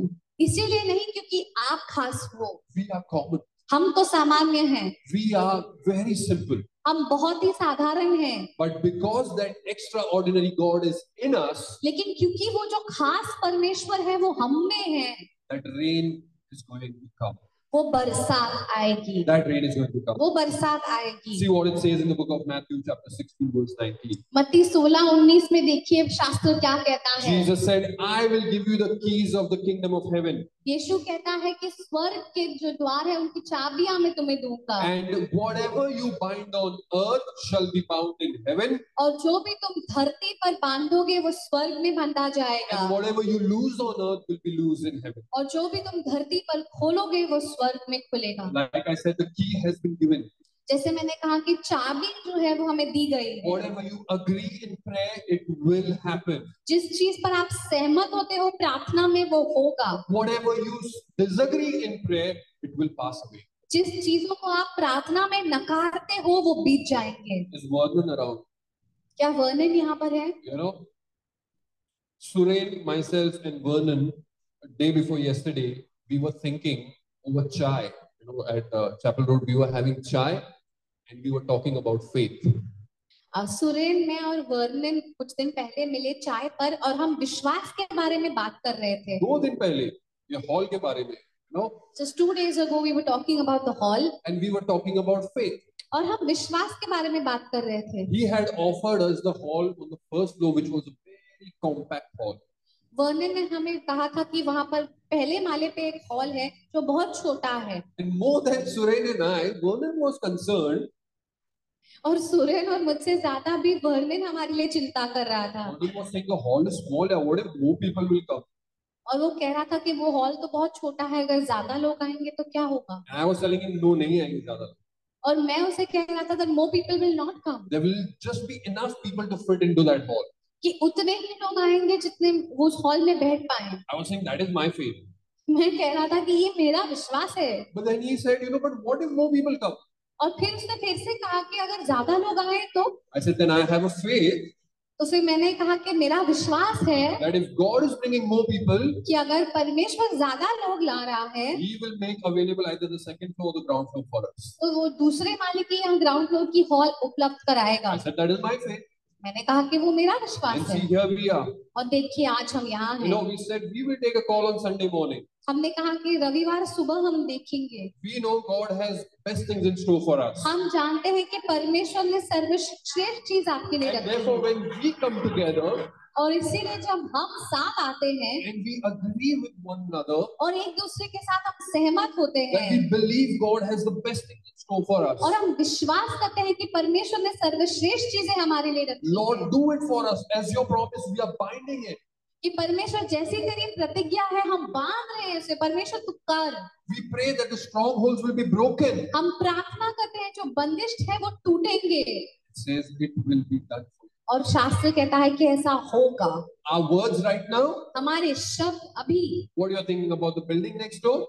S2: इसीलिए नहीं क्योंकि आप खास हो
S1: We are common.
S2: हम तो सामान्य हैं
S1: We are very simple.
S2: हम बहुत ही साधारण हैं
S1: But because that extraordinary God is in us,
S2: लेकिन क्योंकि वो जो खास परमेश्वर है वो हम में है
S1: that rain is going to come.
S2: वो बरसात आएगी
S1: That rain is going to come.
S2: वो बरसात
S1: See
S2: आएगी
S1: what it says in the book of Matthew, chapter 16, verse 19.
S2: मत्ती 16 19 में देखिए शास्त्र क्या कहता है
S1: Jesus said, I will give you the keys of the kingdom of heaven,
S2: यीशु कहता है कि स्वर्ग के जो द्वार है उनकी चाबियां मैं तुम्हें दूंगा
S1: and whatever you bind on earth shall be bound in heaven,
S2: और जो भी तुम धरती पर बांधोगे वो स्वर्ग में बांधा जाएगा
S1: and whatever you lose on earth will be loose in heaven.
S2: और जो भी तुम धरती पर खोलोगे वो स्वर्ग में खुलेगा
S1: Like I said, the key has been given.
S2: जैसे मैंने कहा कि चाबी जो है वो हमें दी गई है
S1: Whatever you agree in prayer, it will happen.
S2: जिस चीज पर आप सहमत होते हो प्रार्थना में वो होगा
S1: Whatever you disagree in prayer, it will pass away.
S2: जिस चीजों को आप प्रार्थना में नकारते हो वो बीत जाएंगे
S1: Is Vernon around?
S2: क्या वर्णन यहाँ पर है
S1: you know, Suren, myself, and Vernon, day before yesterday, we were thinking over chai. You know, at uh, Chapel Road, we were having chai, and we were talking about faith.
S2: Uh, Suren मैं और Vernon कुछ दिन पहले मिले चाय पर और हम विश्वास के बारे में बात कर रहे थे
S1: दो दिन पहले ये हॉल के बारे में, you know,
S2: just two days ago we were talking about the hall
S1: and we were talking about faith.
S2: और हम विश्वास के बारे में बात कर रहे थे
S1: He had offered us the hall on the first floor, which was a very compact hall.
S2: वर्णन ने हमें कहा था कि वहां पर पहले माले पे एक हॉल है जो बहुत छोटा है
S1: And more than Suren and I, Vernon was concerned
S2: और सुरेन और मुझसे ज्यादा भी वर्णन हमारे लिए चिंता कर रहा था
S1: Vernon was saying the hall is small. yeah, What if more people will come?
S2: और वो कह रहा था कि वो हॉल तो बहुत छोटा है अगर ज्यादा लोग आएंगे तो क्या होगा
S1: And I was telling him, no, नहीं आएंगे ज्यादा
S2: और मैं उसे कह रहा था more people will not come
S1: there will just be enough people to fit into that hall.
S2: कि उतने ही लोग आएंगे जितने उस हॉल में बैठ पाए
S1: I was saying that is my faith.
S2: मैं कह रहा था कि ये मेरा विश्वास है
S1: But then he said, you know, but what if more people come?
S2: और फिर उसने फिर से कहा कि अगर ज्यादा लोग आए तो
S1: I said, then I have a faith
S2: तो फिर मैंने कहा कि मेरा विश्वास है
S1: that if God is bringing more people,
S2: कि अगर परमेश्वर ज्यादा लोग ला रहा है
S1: he will make available either the second floor or the ground floor for us.
S2: तो वो दूसरे माले के यहाँ ग्राउंड फ्लोर की हॉल उपलब्ध कराएगा
S1: I said, that is my faith.
S2: मैंने कहा कि वो मेरा विश्वास
S1: And
S2: है
S1: see, here we are.
S2: और देखिए आज हम यहाँ
S1: You know,
S2: हैं
S1: we said we will take a call on Sunday morning.
S2: हमने कहा कि रविवार सुबह हम देखेंगे
S1: We know God has best things in store for us.
S2: हम जानते हैं कि परमेश्वर ने सर्वश्रेष्ठ चीज आपके लिए
S1: And
S2: रखी है
S1: therefore, when we come together
S2: और इसीलिए जब हम साथ आते हैं
S1: and we agree with one another
S2: और एक दूसरे के साथ हम सहमत होते
S1: that
S2: हैं
S1: we believe God has the best things in store for us,
S2: और हम विश्वास करते हैं कि परमेश्वर ने सर्वश्रेष्ठ चीजें हमारे लिए रखी हैं
S1: Lord, do it for us. As your promise, we are binding it.
S2: कि परमेश्वर जैसी तेरी प्रतिज्ञा है हम बांध रहे हैं उसे परमेश्वर तू कर
S1: We pray that the strongholds will be broken.
S2: हम प्रार्थना करते हैं जो बंदिश है वो टूटेंगे
S1: It says it will be done for you.
S2: और शास्त्र कहता है कि ऐसा होगा
S1: Our words right now,
S2: हमारे शब्द अभी
S1: what you're thinking about the building next door,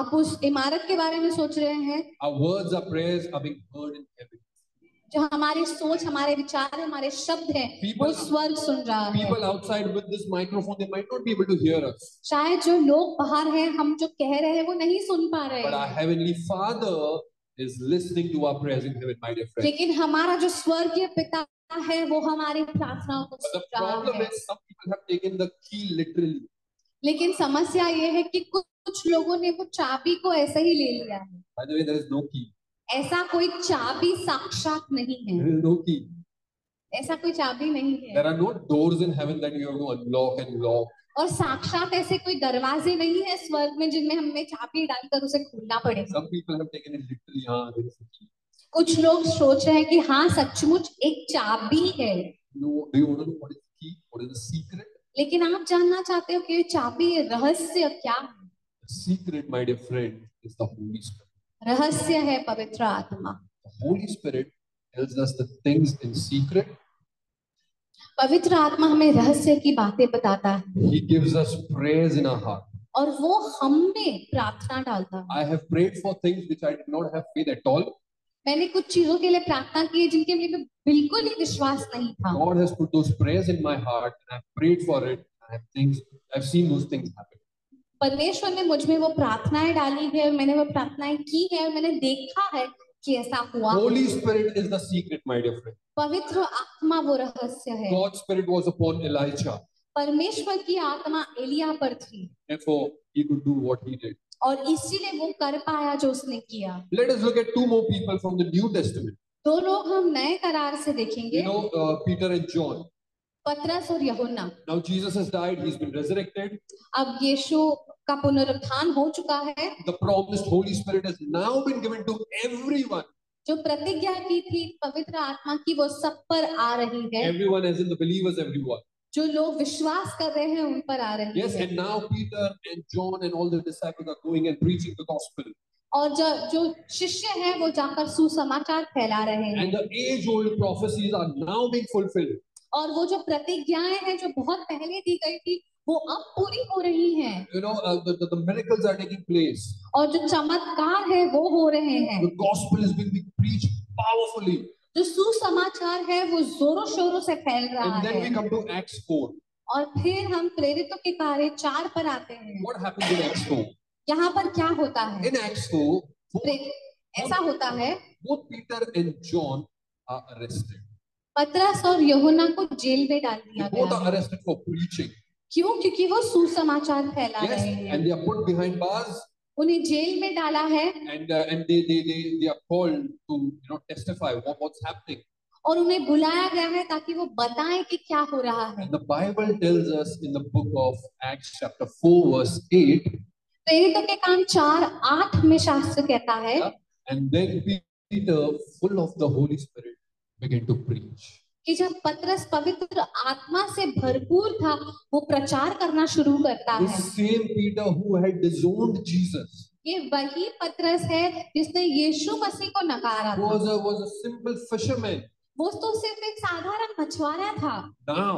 S2: आप उस इमारत के बारे में सोच रहे हैं
S1: our words, our prayers are being heard in heaven.
S2: जो हमारे सोच हमारे विचार हमारे शब्द है वो
S1: People-
S2: स्वर्ग सुन रहा है
S1: People outside with this microphone, they might not be able to hear us.
S2: शायद जो लोग बाहर हैं हम जो कह रहे हैं वो नहीं सुन पा रहे
S1: But our
S2: हैं
S1: Heavenly Father is listening to our prayers in heaven, my dear friend.
S2: लेकिन हमारा जो स्वर्गीय पिता है वो हमारी प्रार्थनाओं को
S1: But the
S2: सुन रहा
S1: problem
S2: है
S1: is, some people have taken the key literally.
S2: लेकिन समस्या ये है कि कुछ कुछ लोगों ने वो चाबी को ऐसे ही ले लिया है
S1: By the way, there is no key.
S2: ऐसा कोई चाबी साक्षात नहीं
S1: There
S2: है
S1: is no key.
S2: ऐसा कोई चाबी नहीं है
S1: There are no doors in heaven that you have to unlock and lock.
S2: और साक्षात ऐसे कोई दरवाजे नहीं है स्वर्ग में जिनमें हमें चाबी डालकर उसे खोलना पड़ेगा
S1: Some people have taken it literally. Ah, there is a key.
S2: कुछ लोग सोच रहे हैं कि हाँ सचमुच एक चाबी है
S1: You know, do you want to know what is the key? What is the secret?
S2: लेकिन आप जानना चाहते हो कि ये चाबी रहस्य क्या है
S1: The secret, my dear friend, is the Holy Spirit.
S2: रहस्य है पवित्र आत्मा
S1: The Holy Spirit tells us the things in secret.
S2: पवित्र आत्मा हमें रहस्य की बातें बताता है
S1: He gives us prayers in our heart.
S2: और वो हमें प्रार्थना डालता है
S1: I have prayed for things which I did not have faith at all.
S2: मैंने कुछ चीजों के लिए प्रार्थना की है जिनके लिए मैं बिल्कुल ही विश्वास नहीं था
S1: God has put those prayers in my heart, and I've prayed for it. I have things. I've seen those things happen.
S2: परमेश्वर ने मुझ में वो प्रार्थनाएं डाली है और मैंने वो प्रार्थनाएं की है और मैंने देखा है कि ऐसा हुआ
S1: Holy Spirit is the secret, my dear friend.
S2: पवित्र आत्मा वो रहस्य है
S1: God's Spirit was upon Elijah.
S2: परमेश्वर की आत्मा एलिया पर थी
S1: Therefore, he could do what he did.
S2: और इसीलिए वो कर पाया जो उसने किया
S1: Let us look at two more people from the New Testament.
S2: दो लोग हम नए करार से
S1: You
S2: देखेंगे
S1: know, uh, Peter and John.
S2: पतरस और यहुन्ना
S1: Now, Jesus has died, he's been resurrected.
S2: अब यीशु का पुनरुत्थान हो चुका है
S1: The promised Holy Spirit has now been given to everyone.
S2: जो प्रतिज्ञा की थी पवित्र आत्मा की वो सब पर आ रही है
S1: Everyone, as in the believers, everyone.
S2: जो लोग विश्वास कर रहे हैं उन पर आ रही
S1: Yes,
S2: है
S1: and now Peter and John and all the disciples are going and preaching the gospel.
S2: और जो जो शिष्य हैं वो जाकर सुसमाचार फैला रहे हैं
S1: And the age old prophecies are now being fulfilled.
S2: और वो जो प्रतिज्ञाएं हैं जो बहुत पहले दी गई थी वो अब पूरी हो रही हैं
S1: You know, uh, the, the, the miracles are taking place.
S2: और जो चमत्कार है वो हो रहे हैं
S1: The gospel is being preached powerfully.
S2: जो सुसमाचार है वो जोरों शोरों से फैल रहा
S1: And then we
S2: है
S1: come to Acts 4.
S2: और फिर हम प्रेरितों के कार्य चार पर आते हैं
S1: What happens in Acts 4?
S2: यहाँ पर क्या होता है
S1: In Acts 4, both,
S2: प्रे- ऐसा होता है
S1: both Peter and John are arrested.
S2: पतरस और यहुना को जेल में डाल
S1: They
S2: दिया
S1: both
S2: गया
S1: are arrested for preaching.
S2: क्यों क्योंकि वो सुसमाचार फैला
S1: Yes,
S2: रहे हैं
S1: and they are put behind bars
S2: उन्हें जेल में डाला है
S1: and uh, and they, they they they are called to you know testify what, what's happening.
S2: और उन्हें बुलाया गया है ताकि वो बताएं कि क्या हो रहा है
S1: And the Bible tells us in the book of Acts chapter 4 verse 8
S2: प्रेरितों के काम चार आठ में शास्त्र कहता है
S1: and then Peter full of the Holy Spirit began to preach.
S2: कि जब पतरस पवित्र आत्मा से भरपूर था वो प्रचार करना शुरू करता
S1: The
S2: है
S1: same Peter who had disowned Jesus
S2: ये वही पतरस है जिसने यीशु मसीह को नकारा था
S1: was a, was a simple fisherman.
S2: वो तो सिर्फ एक साधारण मछुआरा था
S1: Now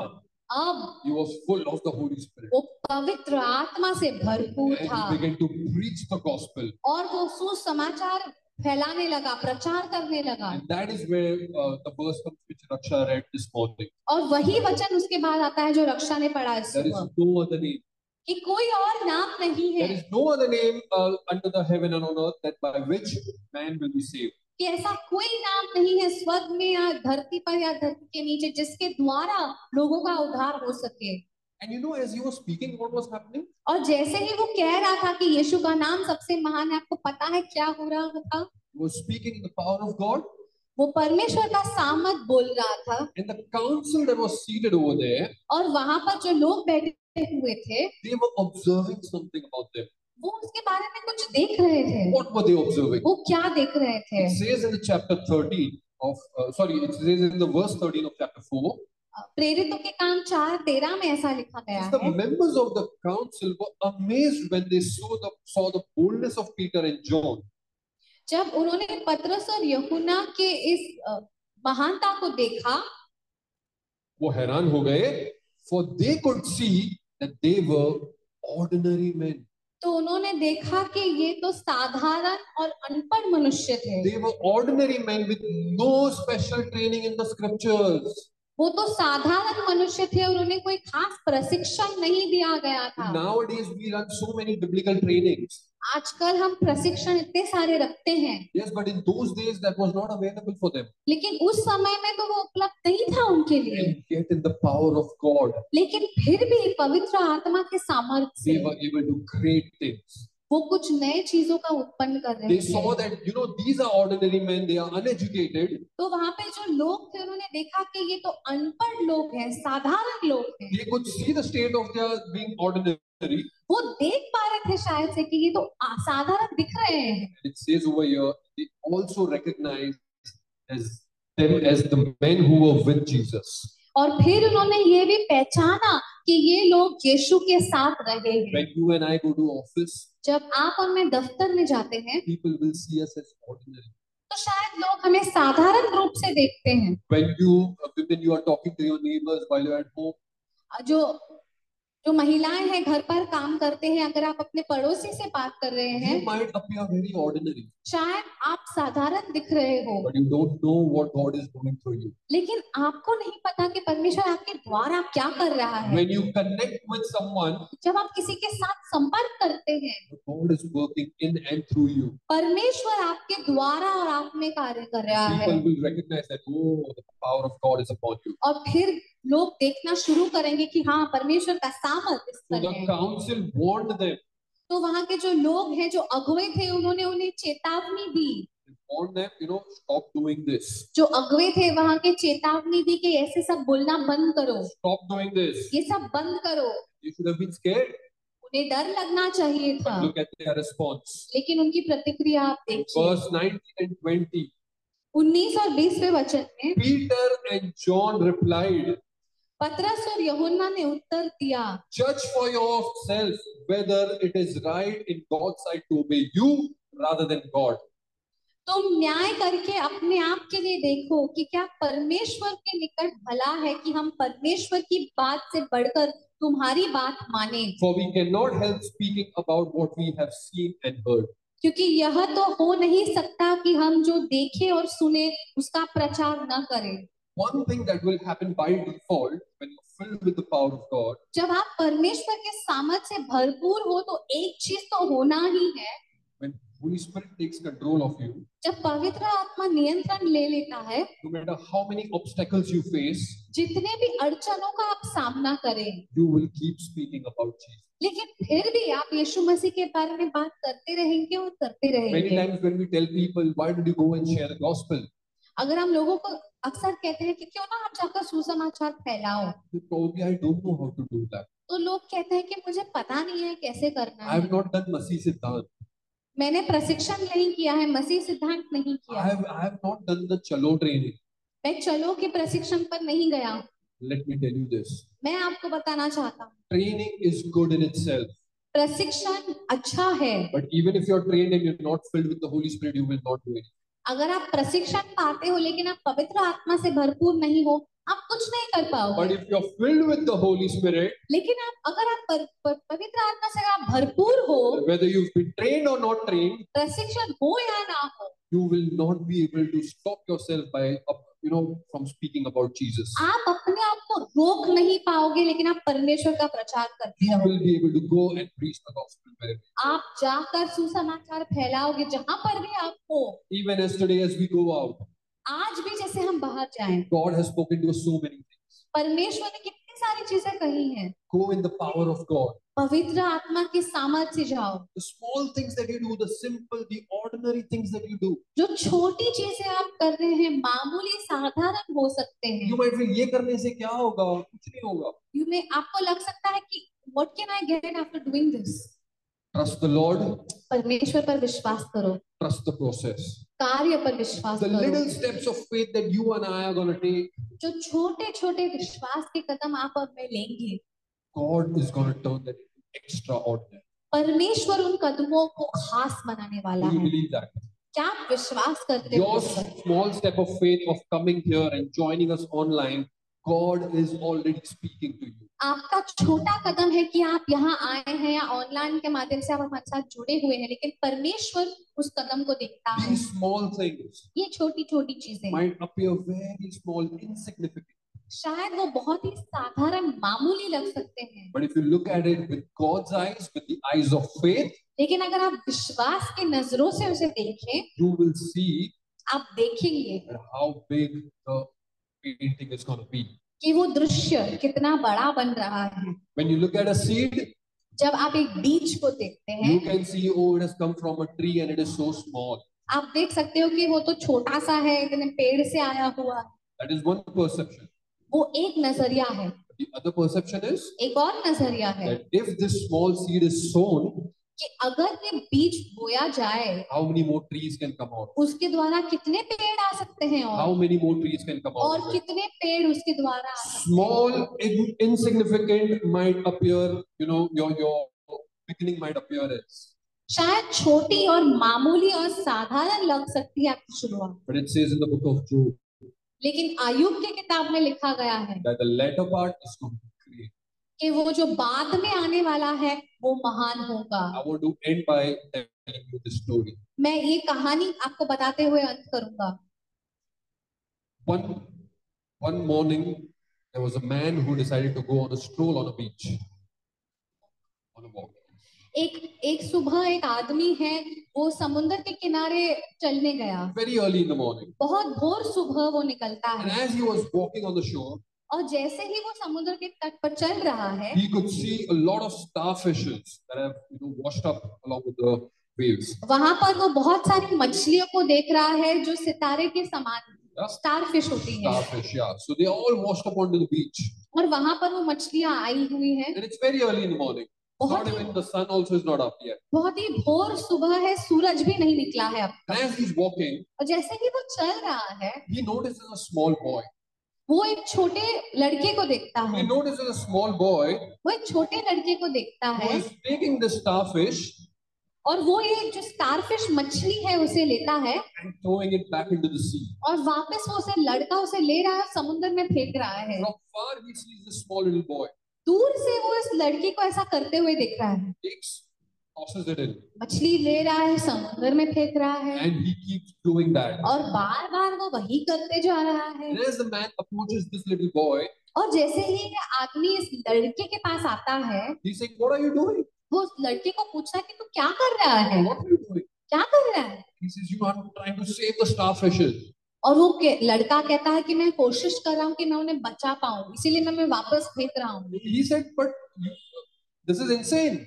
S2: अब
S1: he was full of the Holy Spirit.
S2: वो पवित्र आत्मा से भरपूर
S1: and
S2: था
S1: he began to preach the gospel.
S2: और वो सुसमाचार फैलाने लगा प्रचार करने लगा
S1: And that is where uh, the verse comes which Raksha read this morning.
S2: और वही वचन उसके बाद आता है जो रक्षा ने पढ़ा इस
S1: There is
S2: सुबह
S1: no other name.
S2: कि कोई और नाम नहीं है
S1: There is no other name uh, under the heaven and on earth that by which man will be saved.
S2: कि ऐसा कोई नाम नहीं है स्वर्ग में या धरती पर या धरती के नीचे जिसके द्वारा लोगों का उद्धार हो सके
S1: And you know, as he was speaking, what was happening?
S2: और जैसे ही वो कह रहा था कि यीशु का नाम सबसे महान है आपको पता है क्या हो रहा था
S1: He was speaking in the power of God,
S2: वो परमेश्वर का सामत बोल रहा था
S1: and the council that was seated over there,
S2: और वहां पर जो लोग बैठे हुए थे
S1: they were observing something about them.
S2: वो उसके बारे में कुछ देख रहे थे
S1: What were they observing?
S2: वो क्या देख रहे थे
S1: It says in the chapter 13 of, uh, sorry, it says in the verse 13 of chapter 4,
S2: प्रेरितों के काम चार तेरह में ऐसा लिखा गया
S1: the
S2: है
S1: members of the council were amazed when they saw the, saw the boldness of Peter and John.
S2: जब उन्होंने पतरस और यहुना के इस अ, महानता को देखा
S1: वो हैरान हो गए for they could see that they were ordinary men
S2: तो उन्होंने देखा कि ये तो साधारण और अनपढ़ मनुष्य थे
S1: they were ordinary men with no special training in the scriptures
S2: वो तो साधारण मनुष्य थे और उन्हें कोई खास प्रशिक्षण नहीं दिया गया था
S1: nowadays we run so many biblical trainings
S2: आजकल हम प्रशिक्षण इतने सारे रखते हैं
S1: yes but in those days that was not available for them
S2: लेकिन उस समय में तो वो उपलब्ध नहीं था उनके लिए
S1: and yet in the power of god
S2: लेकिन फिर भी पवित्र आत्मा के सामर्थ्य
S1: they
S2: से
S1: were able to create things
S2: वो कुछ नए चीजों का उत्पन्न कर रहे
S1: they saw
S2: थे
S1: that you know these are ordinary men they are uneducated
S2: तो वहां पे जो लोग थे उन्होंने देखा कि ये तो अनपढ़ लोग हैं साधारण लोग हैं
S1: they could see the state of their being ordinary
S2: वो देख पा रहे थे शायद से कि ये तो आ- साधारण दिख रहे हैं
S1: it says over here, they also recognized as them as the men who were with Jesus.
S2: और फिर उन्होंने ये भी पहचाना कि ये लोग यीशु के साथ रहे हैं
S1: When you and I go to office,
S2: जब आप और मैं दफ्तर में जाते हैं
S1: people will see us as ordinary.
S2: तो शायद लोग हमें साधारण रूप से देखते हैं
S1: When you uh, women, you are talking to your neighbors while you're at home,
S2: जो जो महिलाएं हैं घर पर काम करते हैं अगर आप अपने पड़ोसी से बात कर रहे
S1: you
S2: हैं
S1: might appear very ordinary,
S2: शायद आप साधारण दिख रहे हो
S1: but you don't know what God is doing through you.
S2: लेकिन आपको नहीं पता कि परमेश्वर आपके द्वारा क्या कर रहा है
S1: When you connect with someone,
S2: जब आप किसी के साथ संपर्क करते हैं
S1: God is working in and through you.
S2: परमेश्वर आपके द्वारा और आप में कार्य कर रहा है
S1: People will recognize that, oh, the power of God is upon you.
S2: और फिर लोग देखना शुरू करेंगे कि हाँ परमेश्वर का सामर्थ इस
S1: So
S2: पर
S1: the
S2: है
S1: council warned them,
S2: तो वहां के जो लोग हैं जो अगुवे थे उन्होंने उन्हें चेतावनी दी
S1: warned them, you know, stop doing this.
S2: जो अगुवे थे वहां के चेतावनी दी कि ऐसे सब बोलना बंद करो
S1: stop doing this.
S2: ये सब बंद करो
S1: You should have been scared.
S2: उन्हें डर लगना चाहिए था
S1: Look at their response.
S2: लेकिन उनकी प्रतिक्रिया आप देखिए
S1: Verse 19 and 20.
S2: 19 और 20वें वचन में
S1: Peter and John replied,
S2: पतरस और यहुन्ना ने उत्तर दिया
S1: Judge for yourself whether it is right in God's sight to obey you rather than God.
S2: तुम न्याय करके अपने आप के लिए देखो कि क्या परमेश्वर के निकट भला है कि हम परमेश्वर की बात से बढ़कर तुम्हारी बात माने
S1: For we cannot help speaking about what we have seen and heard.
S2: क्योंकि यह तो हो नहीं सकता कि हम जो देखे और सुने उसका प्रचार न करें
S1: One thing that will happen by default when you're filled with the power of God,
S2: जब आप परमेश्वर के सामर्थ से भरपूर हो तो एक चीज तो होना ही है
S1: when Holy Spirit takes control of you,
S2: जब पवित्र आत्मा नियंत्रण ले लेता है
S1: no matter how many obstacles you face,
S2: जितने भी अड़चनों का आप सामना करें
S1: you will keep speaking about Jesus.
S2: लेकिन फिर भी आप यीशु मसीह के बारे में बात करते रहेंगे और करते
S1: Many
S2: रहेंगे
S1: times when we tell people, why did you go and share the gospel?
S2: अगर हम लोगों को अक्सर कहते हैं कि क्यों ना आप जाकर सुसमाचार फैलाओ
S1: They Probably I don't know how to do that.
S2: तो लोग कहते हैं कि मुझे पता नहीं है कैसे करना
S1: I
S2: है
S1: have not done Masi Siddhant.
S2: मैंने प्रशिक्षण नहीं किया है मसीह सिद्धांत नहीं किया
S1: I have, I have not done the Chalo training.
S2: मैं चलो के प्रशिक्षण पर नहीं गया हूं।
S1: Let me tell you this.
S2: मैं आपको बताना चाहता हूँ
S1: Training is good in itself.
S2: प्रशिक्षण अच्छा है
S1: But even if you're trained and you're not filled with the Holy Spirit, you will not do it.
S2: अगर आप प्रशिक्षण पाते हो लेकिन आप पवित्र आत्मा से भरपूर नहीं हो आप कुछ नहीं कर
S1: But
S2: पाओगे
S1: if you're filled with the Holy Spirit,
S2: लेकिन आप अगर आप पर, पर, पवित्र आत्मा से आप भरपूर हो
S1: whether you've been trained or not trained,
S2: प्रशिक्षण हो या ना हो
S1: you will not be able to stop yourself by, uh, you know, from speaking about Jesus.
S2: आप अपने आप को रोक नहीं पाओगे लेकिन आप परमेश्वर का प्रचार करते
S1: You
S2: रहो
S1: will be able to go and preach the gospel wherever.
S2: आप जाकर सुसमाचार फैलाओगे जहां पर भी आप हो
S1: Even yesterday, as we go out,
S2: आज भी जैसे हम बाहर जाएं
S1: God has spoken to us so many things.
S2: परमेश्वर ने कितनी सारी चीजें कही हैं
S1: Go in the power of God.
S2: पवित्र आत्मा के सामर्थ्य से जाओ
S1: The small things that you do, the simple, the ordinary things that you do.
S2: जो छोटी चीजें आप कर रहे हैं मामूली साधारण हो सकते
S1: You
S2: हैं
S1: might feel ये करने से क्या होगा कुछ नहीं होगा
S2: यू में आपको लग सकता है कि what can I get after doing this
S1: Trust the Lord.
S2: परमेश्वर पर विश्वास करो
S1: Trust the process.
S2: कार्य पर विश्वास
S1: The little
S2: करो
S1: steps of faith that you and I are going to take,
S2: जो छोटे छोटे विश्वास के कदम आप और मैं लेंगे
S1: God is going to turn that into extraordinary.
S2: परमेश्वर उन कदमों को खास बनाने वाला
S1: Do you
S2: है
S1: believe that?
S2: क्या आप विश्वास करते हो
S1: Your small step of faith of coming here and joining us online, God is already speaking to you.
S2: आपका छोटा कदम है कि आप यहाँ आए हैं या ऑनलाइन के माध्यम से आप हमारे साथ जुड़े हुए हैं लेकिन परमेश्वर उस कदम को देखता है
S1: These small things
S2: ये छोटी छोटी चीजें
S1: might appear very small, insignificant.
S2: शायद वो बहुत ही साधारण मामूली लग सकते हैं
S1: But if you look at it with God's eyes, with the eyes of faith,
S2: लेकिन अगर आप विश्वास के नजरों से उसे देखें
S1: you will see
S2: आप देखेंगे
S1: that how big the painting is going to be.
S2: कि वो दृश्य कितना बड़ा बन रहा है
S1: When you look at a seed,
S2: जब आप एक बीज को देखते
S1: you
S2: हैं
S1: can see, oh, it has come from a tree and it is so small.
S2: आप देख सकते हो कि वो तो छोटा सा है इतने पेड़ से आया हुआ है।
S1: That is one perception.
S2: वो एक नजरिया है
S1: But the other perception is
S2: एक और नजरिया है
S1: that if this small seed is sown,
S2: कि अगर ये बीज बोया जाए
S1: how many more trees can come out?
S2: उसके द्वारा कितने पेड़ आ सकते हैं और
S1: How many more trees can come out?
S2: और
S1: of it?
S2: कितने पेड़ उसके द्वारा आ सकते
S1: Small, in, insignificant might appear, you know, your your beginning might appear as.
S2: हैं। शायद छोटी और मामूली और साधारण लग सकती है आपकी शुरुआत
S1: But it says in the book of Job
S2: लेकिन आयुब की किताब में लिखा गया है
S1: that the latter part is going to be great.
S2: कि वो जो बाद में आने वाला है वो महान होगा
S1: I want to end by telling you this story.
S2: मैं ये कहानी आपको बताते हुए अंत करूंगा
S1: One one morning, there was a man who decided to go on a stroll on a beach, on a walk.
S2: एक एक सुबह एक आदमी है वो समुद्र के किनारे चलने गया
S1: Very early in the morning,
S2: बहुत भोर सुबह वो निकलता
S1: and
S2: है
S1: as he was walking on the shore,
S2: और जैसे ही वो समुद्र के तट पर चल रहा है
S1: he could see a lot of starfishes that have you know washed up along with the waves.
S2: वहां पर वो बहुत सारी मछलियों को देख रहा है जो सितारे के समान
S1: हाँ।
S2: स्टारफिश होती है
S1: Starfish, yeah. So they all washed up onto the beach,
S2: और वहां पर वो मछलियां आई हुई हैं
S1: and it's very early in the morning. Not
S2: बहुत ही
S1: even the sun also is not up yet.
S2: बहुत ही भोर सुबह है सूरज भी नहीं निकला है अब
S1: And as he's walking,
S2: और जैसे ही वो चल रहा है
S1: he notices a small boy.
S2: वो एक छोटे लड़के को देखता
S1: He
S2: है
S1: notices a small boy
S2: वो एक छोटे लड़के को देखता
S1: who
S2: है
S1: is taking the starfish
S2: और वो ये जो स्टारफिश मछली है उसे लेता है
S1: and throwing it back into the sea.
S2: और वापस वो उसे लड़का उसे ले रहा है और समुद्र में फेंक रहा है
S1: From far, he sees this small little boy,
S2: दूर से वो इस लड़के को ऐसा करते हुए दिख रहा है
S1: takes, tosses it in,
S2: मछली ले रहा है समुद्र में फेंक रहा है
S1: and he keeps doing that.
S2: और बार बार वो वही करते जा रहा है
S1: And as the man approaches this little boy,
S2: और जैसे ही ये आदमी इस लड़के के पास आता है
S1: he's saying, What are you doing?
S2: वो उस लड़के को पूछता है कि तू क्या कर रहा है
S1: What are you doing?
S2: क्या कर रहा है
S1: He says, You are trying to save the starfishes.
S2: और वो के, लड़का कहता है कि मैं कोशिश कर रहा हूँ कि मैं उन्हें बचा पाऊं इसीलिए मैं मैं वापस फेंक रहा हूँ
S1: He said, But you, this is insane.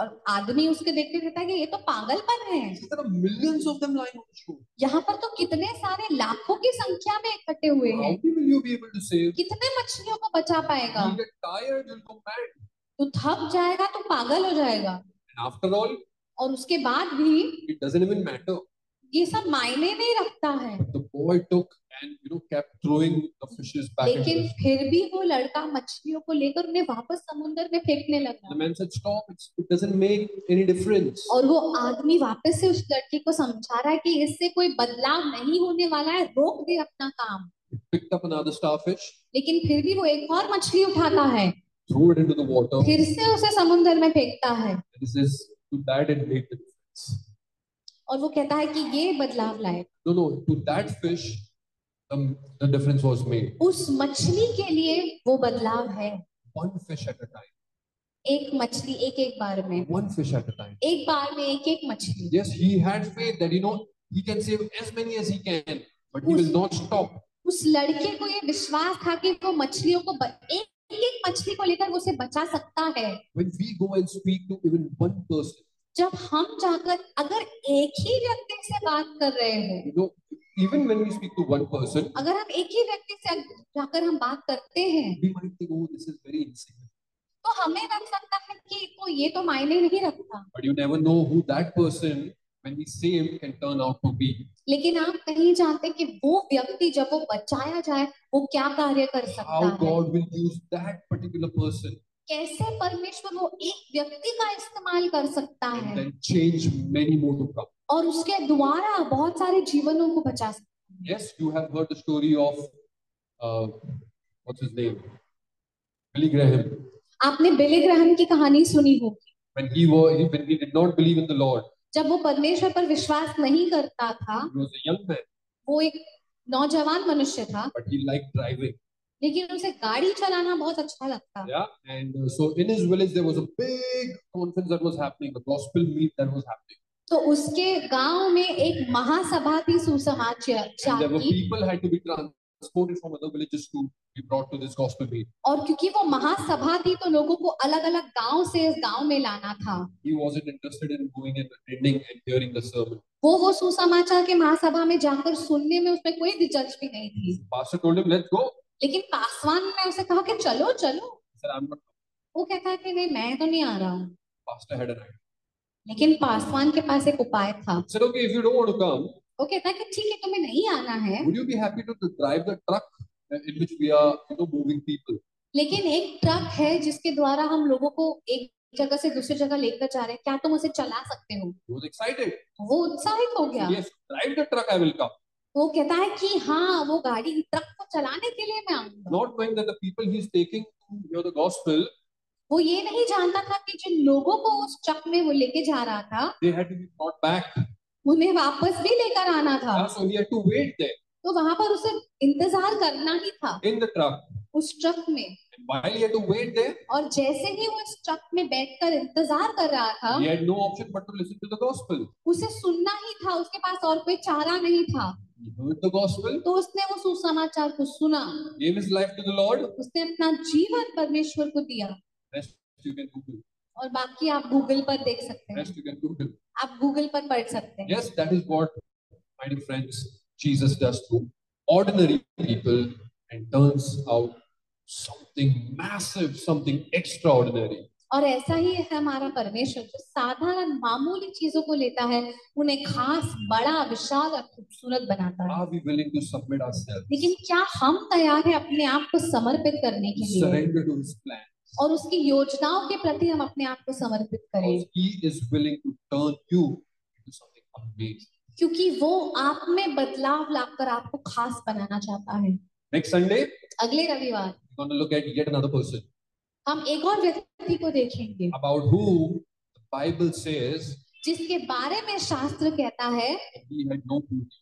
S2: और आदमी उसके देखते कहता है कि ये तो पागलपन है
S1: He says, There are millions of them lying on the shore.
S2: यहाँ पर तो कितने सारे लाखों की संख्या में इकट्ठे हुए
S1: How
S2: हैं
S1: many will you be able to save?
S2: कितने मछलियों को बचा पाएगा
S1: You'll get tired, you'll go mad.
S2: तू थक जाएगा तू पागल हो जाएगा
S1: And after all,
S2: और उसके बाद भी
S1: it doesn't even matter.
S2: ये सब मायने नहीं रखता है
S1: The boy took and you know kept throwing the fishes back. into
S2: लेकिन
S1: the sea.
S2: फिर भी वो लड़का मछलियों को लेकर उन्हें वापस समुंदर में फेंकने
S1: The
S2: लगा
S1: man said, "Stop! It's, it doesn't make any difference."
S2: और वो आदमी वापस से उस लड़के को समझा रहा है कि इससे कोई बदलाव नहीं होने वाला है रोक दे अपना काम
S1: He picked up another starfish,
S2: लेकिन फिर भी वो एक और मछली उठाता है
S1: threw it into the water,
S2: फिर से उसे समुंदर में फेंकता है
S1: and he says, "To that it made the difference."
S2: और वो कहता है कि ये बदलाव लाए
S1: No, no. To that fish, the, the difference was made.
S2: उस मछली के लिए वो बदलाव है
S1: One fish at a time.
S2: एक मछली एक एक बार में
S1: One fish at a time.
S2: एक बार में एक एक मछली
S1: Yes, he had faith that you know he can save as many as he can, but he
S2: Yes.
S1: will not stop.
S2: उस लड़के को ये विश्वास था कि वो मछलियों को ब... एक एक मछली को लेकर वो उसे बचा सकता है
S1: When we go and speak to even one person,
S2: जब हम जाकर अगर एक ही व्यक्ति से बात कर रहे हैं
S1: you know, even when we speak to one person,
S2: अगर हम एक ही व्यक्ति से जाकर हम बात करते हैं
S1: we might think, oh, this is very insignificant.
S2: तो हमें लग सकता है कि तो ये तो मायने नहीं रखता
S1: But you never know who that person, when we say him, can turn out to be.
S2: लेकिन आप नहीं जानते कि वो व्यक्ति जब वो बचाया जाए वो क्या कार्य कर सकता
S1: How
S2: है
S1: God will use that particular person
S2: कैसे परमेश्वर वो एक व्यक्ति का इस्तेमाल कर सकता
S1: and
S2: है
S1: then change many more to come.
S2: और उसके द्वारा बहुत सारे जीवनों को बचा सकता है
S1: Yes, you have heard the story of uh, what's his name, Billy Graham.
S2: आपने बिली ग्रहम की कहानी सुनी होगी
S1: When he was, when he did not believe in the Lord,
S2: जब वो परमेश्वर पर विश्वास नहीं करता था
S1: he was a young man.
S2: वो एक नौजवान मनुष्य था
S1: but he liked driving.
S2: लेकिन उसे गाड़ी चलाना बहुत अच्छा लगता
S1: Yeah. And uh, so in his village, there was a big conference that was happening, a gospel meet that was happening.
S2: तो उसके गांव में एक महासभा थी सुसमाचार
S1: And there were
S2: की
S1: people had to be transported from other villages to be brought to this gospel meet.
S2: और क्योंकि वो महासभा थी तो लोगों को अलग अलग गांव से इस गांव में लाना था
S1: He wasn't interested in going and attending and hearing the sermon.
S2: वो वो सुसमाचार के महासभा में जाकर सुनने में उसमें कोई दिलचस्पी नहीं थी
S1: Pastor told him, let's go.
S2: लेकिन पासवान ने उसे कहा कि चलो चलो
S1: He said, I'm not.
S2: वो कहता है कि नहीं मैं तो नहीं आ रहा हूँ
S1: Pastor had an idea.
S2: लेकिन पासवान के पास एक उपाय था
S1: He said, okay, if you don't want to come,
S2: वो कहता है कि ठीक है तुम्हें नहीं आना है
S1: would you be happy to, to drive the truck uh, in which we are, you know, moving people?
S2: लेकिन एक ट्रक है जिसके द्वारा हम लोगों को एक जगह से दूसरी जगह लेकर जा रहे हैं क्या तुम उसे चला सकते हो
S1: He was excited.
S2: वो उत्साहित हो गया
S1: Yes, drive the truck. I will come.
S2: वो कहता है कि हाँ वो गाड़ी ट्रक को चलाने के लिए मैं आऊंगा
S1: Not knowing that the people he's taking to hear the gospel
S2: वो ये नहीं जानता था कि जिन लोगों को उस ट्रक में वो लेके जा रहा था
S1: they had to be brought back.
S2: उन्हें वापस भी लेकर आना था
S1: Yeah, so he had to wait there
S2: तो वहां पर उसे इंतजार करना ही था
S1: in the truck.
S2: उस ट्रक में
S1: And while he had to wait there,
S2: और जैसे ही वो इस ट्रक में बैठकर इंतजार कर रहा था
S1: he had no option but to listen to the gospel.
S2: उसे सुनना ही था उसके पास और कोई चारा नहीं था
S1: He heard the gospel,
S2: तो उसने वो सुसमाचार को सुना
S1: gave his life to the Lord.
S2: उसने अपना जीवन परमेश्वर को दिया
S1: Rest you can Google.
S2: और बाकी आप गूगल पर देख सकते हैं
S1: Rest you can Google.
S2: आप गूगल पर पढ़ सकते हैं
S1: Yes, that is what, my dear friends, Jesus does to ordinary people and turns out something massive, something extraordinary.
S2: और ऐसा ही है हमारा परमेश्वर जो साधारण मामूली चीजों को लेता है उन्हें खास बड़ा विशाल और खूबसूरत बनाता है
S1: Are we willing to submit ourselves,
S2: लेकिन क्या हम तैयार हैं अपने आप को समर्पित करने के लिए
S1: surrender to his plan?
S2: और उसकी योजनाओं के प्रति हम अपने आप को समर्पित करें
S1: Because he is willing to turn you into something amazing.
S2: क्योंकि वो आप में बदलाव लाकर आपको खास बनाना चाहता है
S1: Next Sunday,
S2: अगले रविवार
S1: we're going to look at yet another person
S2: हम एक और व्यक्ति को देखेंगे
S1: about whom the Bible says
S2: जिसके बारे में शास्त्र कहता है
S1: that he had no beauty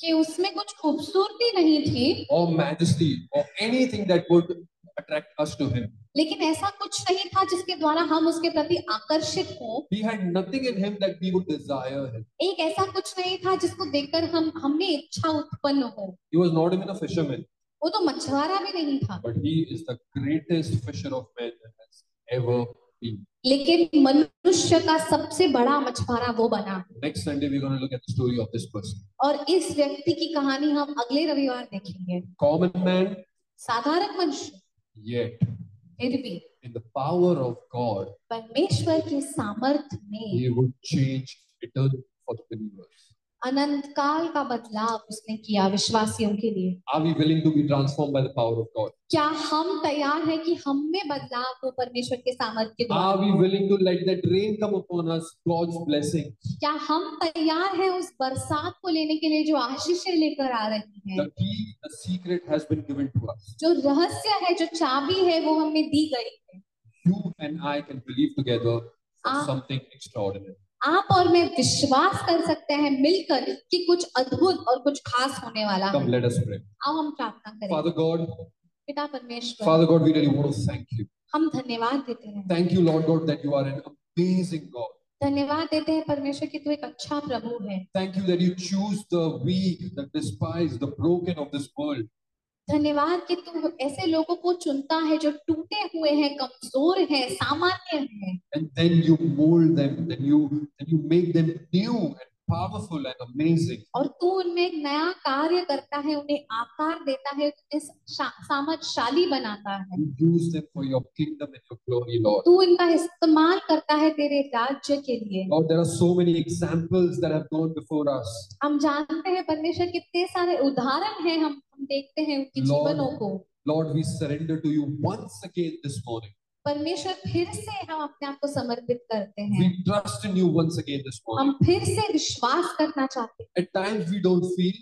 S2: कि उसमें कुछ खूबसूरती नहीं थी
S1: or majesty or anything that would attract us to him.
S2: लेकिन ऐसा कुछ नहीं था जिसके द्वारा हम उसके प्रति आकर्षित हो
S1: He had nothing in him that we would desire him.
S2: एक ऐसा कुछ नहीं था जिसको देखकर हम हमने इच्छा उत्पन्न हो
S1: He was not even a fisherman,
S2: वो तो मछुआरा भी नहीं था
S1: but he is the greatest fisher of men that has ever been.
S2: लेकिन मनुष्य का सबसे बड़ा मछुआरा वो बना
S1: Next Sunday, we're going to look at the story of this person.
S2: और इस व्यक्ति की कहानी हम अगले रविवार देखेंगे
S1: Common man,
S2: साधारण मनुष्य
S1: yet
S2: फिर भी
S1: in the power of God,
S2: परमेश्वर के सामर्थ्य में
S1: he would change eternity for the believers.
S2: अनंत काल का बदलाव उसने किया विश्वासियों के लिए
S1: Are we willing to be transformed by the power of God?
S2: क्या हम तैयार हैं कि हम में बदलाव हो परमेश्वर के सामर्थ्य के द्वारा
S1: Are we willing to let that rain come upon us, God's blessing,
S2: क्या हम तैयार हैं उस बरसात को लेने के लिए जो आशीषें लेकर आ रही हैं
S1: The key, the secret has been given to us.
S2: जो रहस्य है जो चाबी है वो हमें दी गई है
S1: You and I can believe together for
S2: Ah.
S1: something extraordinary.
S2: आप और मैं विश्वास कर सकते हैं मिलकर कि कुछ अद्भुत और कुछ खास होने वाला है
S1: Come, let us pray.
S2: आओ हम प्रार्थना करें
S1: Father God,
S2: पिता परमेश्वर
S1: Father God, we really want to thank you.
S2: हम धन्यवाद देते हैं
S1: Thank you, Lord God, that you are an amazing God.
S2: धन्यवाद देते हैं परमेश्वर कि तू एक अच्छा प्रभु है
S1: Thank you that you choose the weak, the despised, the broken of this world.
S2: धन्यवाद कि तू ऐसे लोगों को चुनता है जो टूटे हुए हैं कमजोर हैं सामान्य हैं
S1: And then you mold them, then you then you make them new and powerful and amazing.
S2: और तू उनमें एक नया कार्य करता है उन्हें आकार देता है उन्हें शा, सामर्थशाली बनाता है
S1: You use them for your kingdom and your glory, Lord.
S2: तू इनका इस्तेमाल करता है तेरे राज्य के लिए
S1: Lord, there are so many examples that have gone before us.
S2: हम जानते हैं परमेश्वर कितने सारे उदाहरण हैं हम हम देखते हैं उनके
S1: Lord.
S2: जीवनों को
S1: Lord, we surrender to you once again this morning.
S2: परमेश्वर फिर से हम अपने आप को समर्पित करते हैं
S1: We trust in you once again this morning.
S2: हम फिर से विश्वास करना चाहते हैं
S1: At times we don't feel,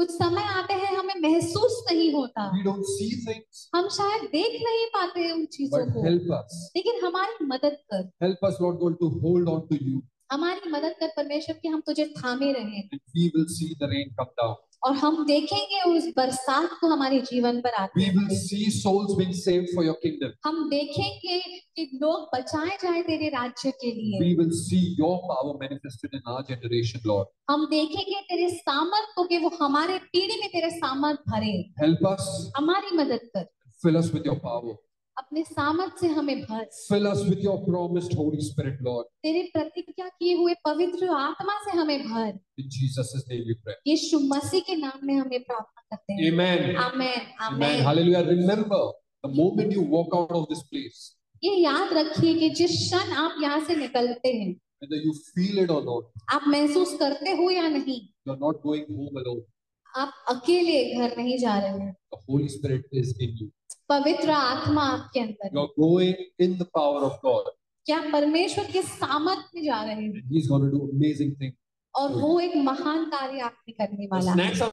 S2: कुछ समय आते हैं हमें महसूस नहीं होता
S1: we don't see things,
S2: हम शायद देख नहीं पाते हैं उन
S1: but
S2: चीजों को
S1: help us.
S2: लेकिन हमारी मदद कर
S1: Help us, Lord God, to hold on to you
S2: हमारी मदद कर परमेश्वर कि हम तुझे थामे रहे
S1: and we will see the rain come down.
S2: और हम देखेंगे उस बरसात को हमारे जीवन पर आते
S1: We will
S2: हुए
S1: see souls being saved for your kingdom.
S2: हम देखेंगे कि लोग बचाए जाए तेरे राज्य के लिए
S1: We will see your power manifested in our generation, Lord.
S2: हम देखेंगे तेरे सामर्थ को कि वो हमारे पीढ़ी में तेरे सामर्थ भरे
S1: Help us,
S2: हमारी मदद कर
S1: fill us with your power.
S2: अपने सामर्थ से हमें भर
S1: Fill us with your promised Holy Spirit, Lord.
S2: तेरे प्रतिज्ञा किए हुए पवित्र आत्मा से हमें भर
S1: In Jesus' name we pray.
S2: यीशु मसीह के नाम में हमें प्रार्थना करते हैं
S1: Amen.
S2: आमेन
S1: Amen. हाँ।
S2: आमेन
S1: Hallelujah. Remember, the moment you walk out of this place,
S2: ये याद रखिए कि जिस क्षण आप यहाँ से निकलते हैं
S1: whether you feel it or not,
S2: आप महसूस करते हो या नहीं
S1: you're not going home alone.
S2: आप अकेले घर नहीं जा रहे हैं
S1: The Holy Spirit is in you.
S2: पवित्र आत्मा आपके अंदर है।
S1: You're going in the power of God.
S2: कि आप परमेश्वर के सामर्थ में जा रहे हैं
S1: And He's going to do amazing things.
S2: और वो एक महान कार्य आप में करने
S1: The
S2: वाला है
S1: snacks are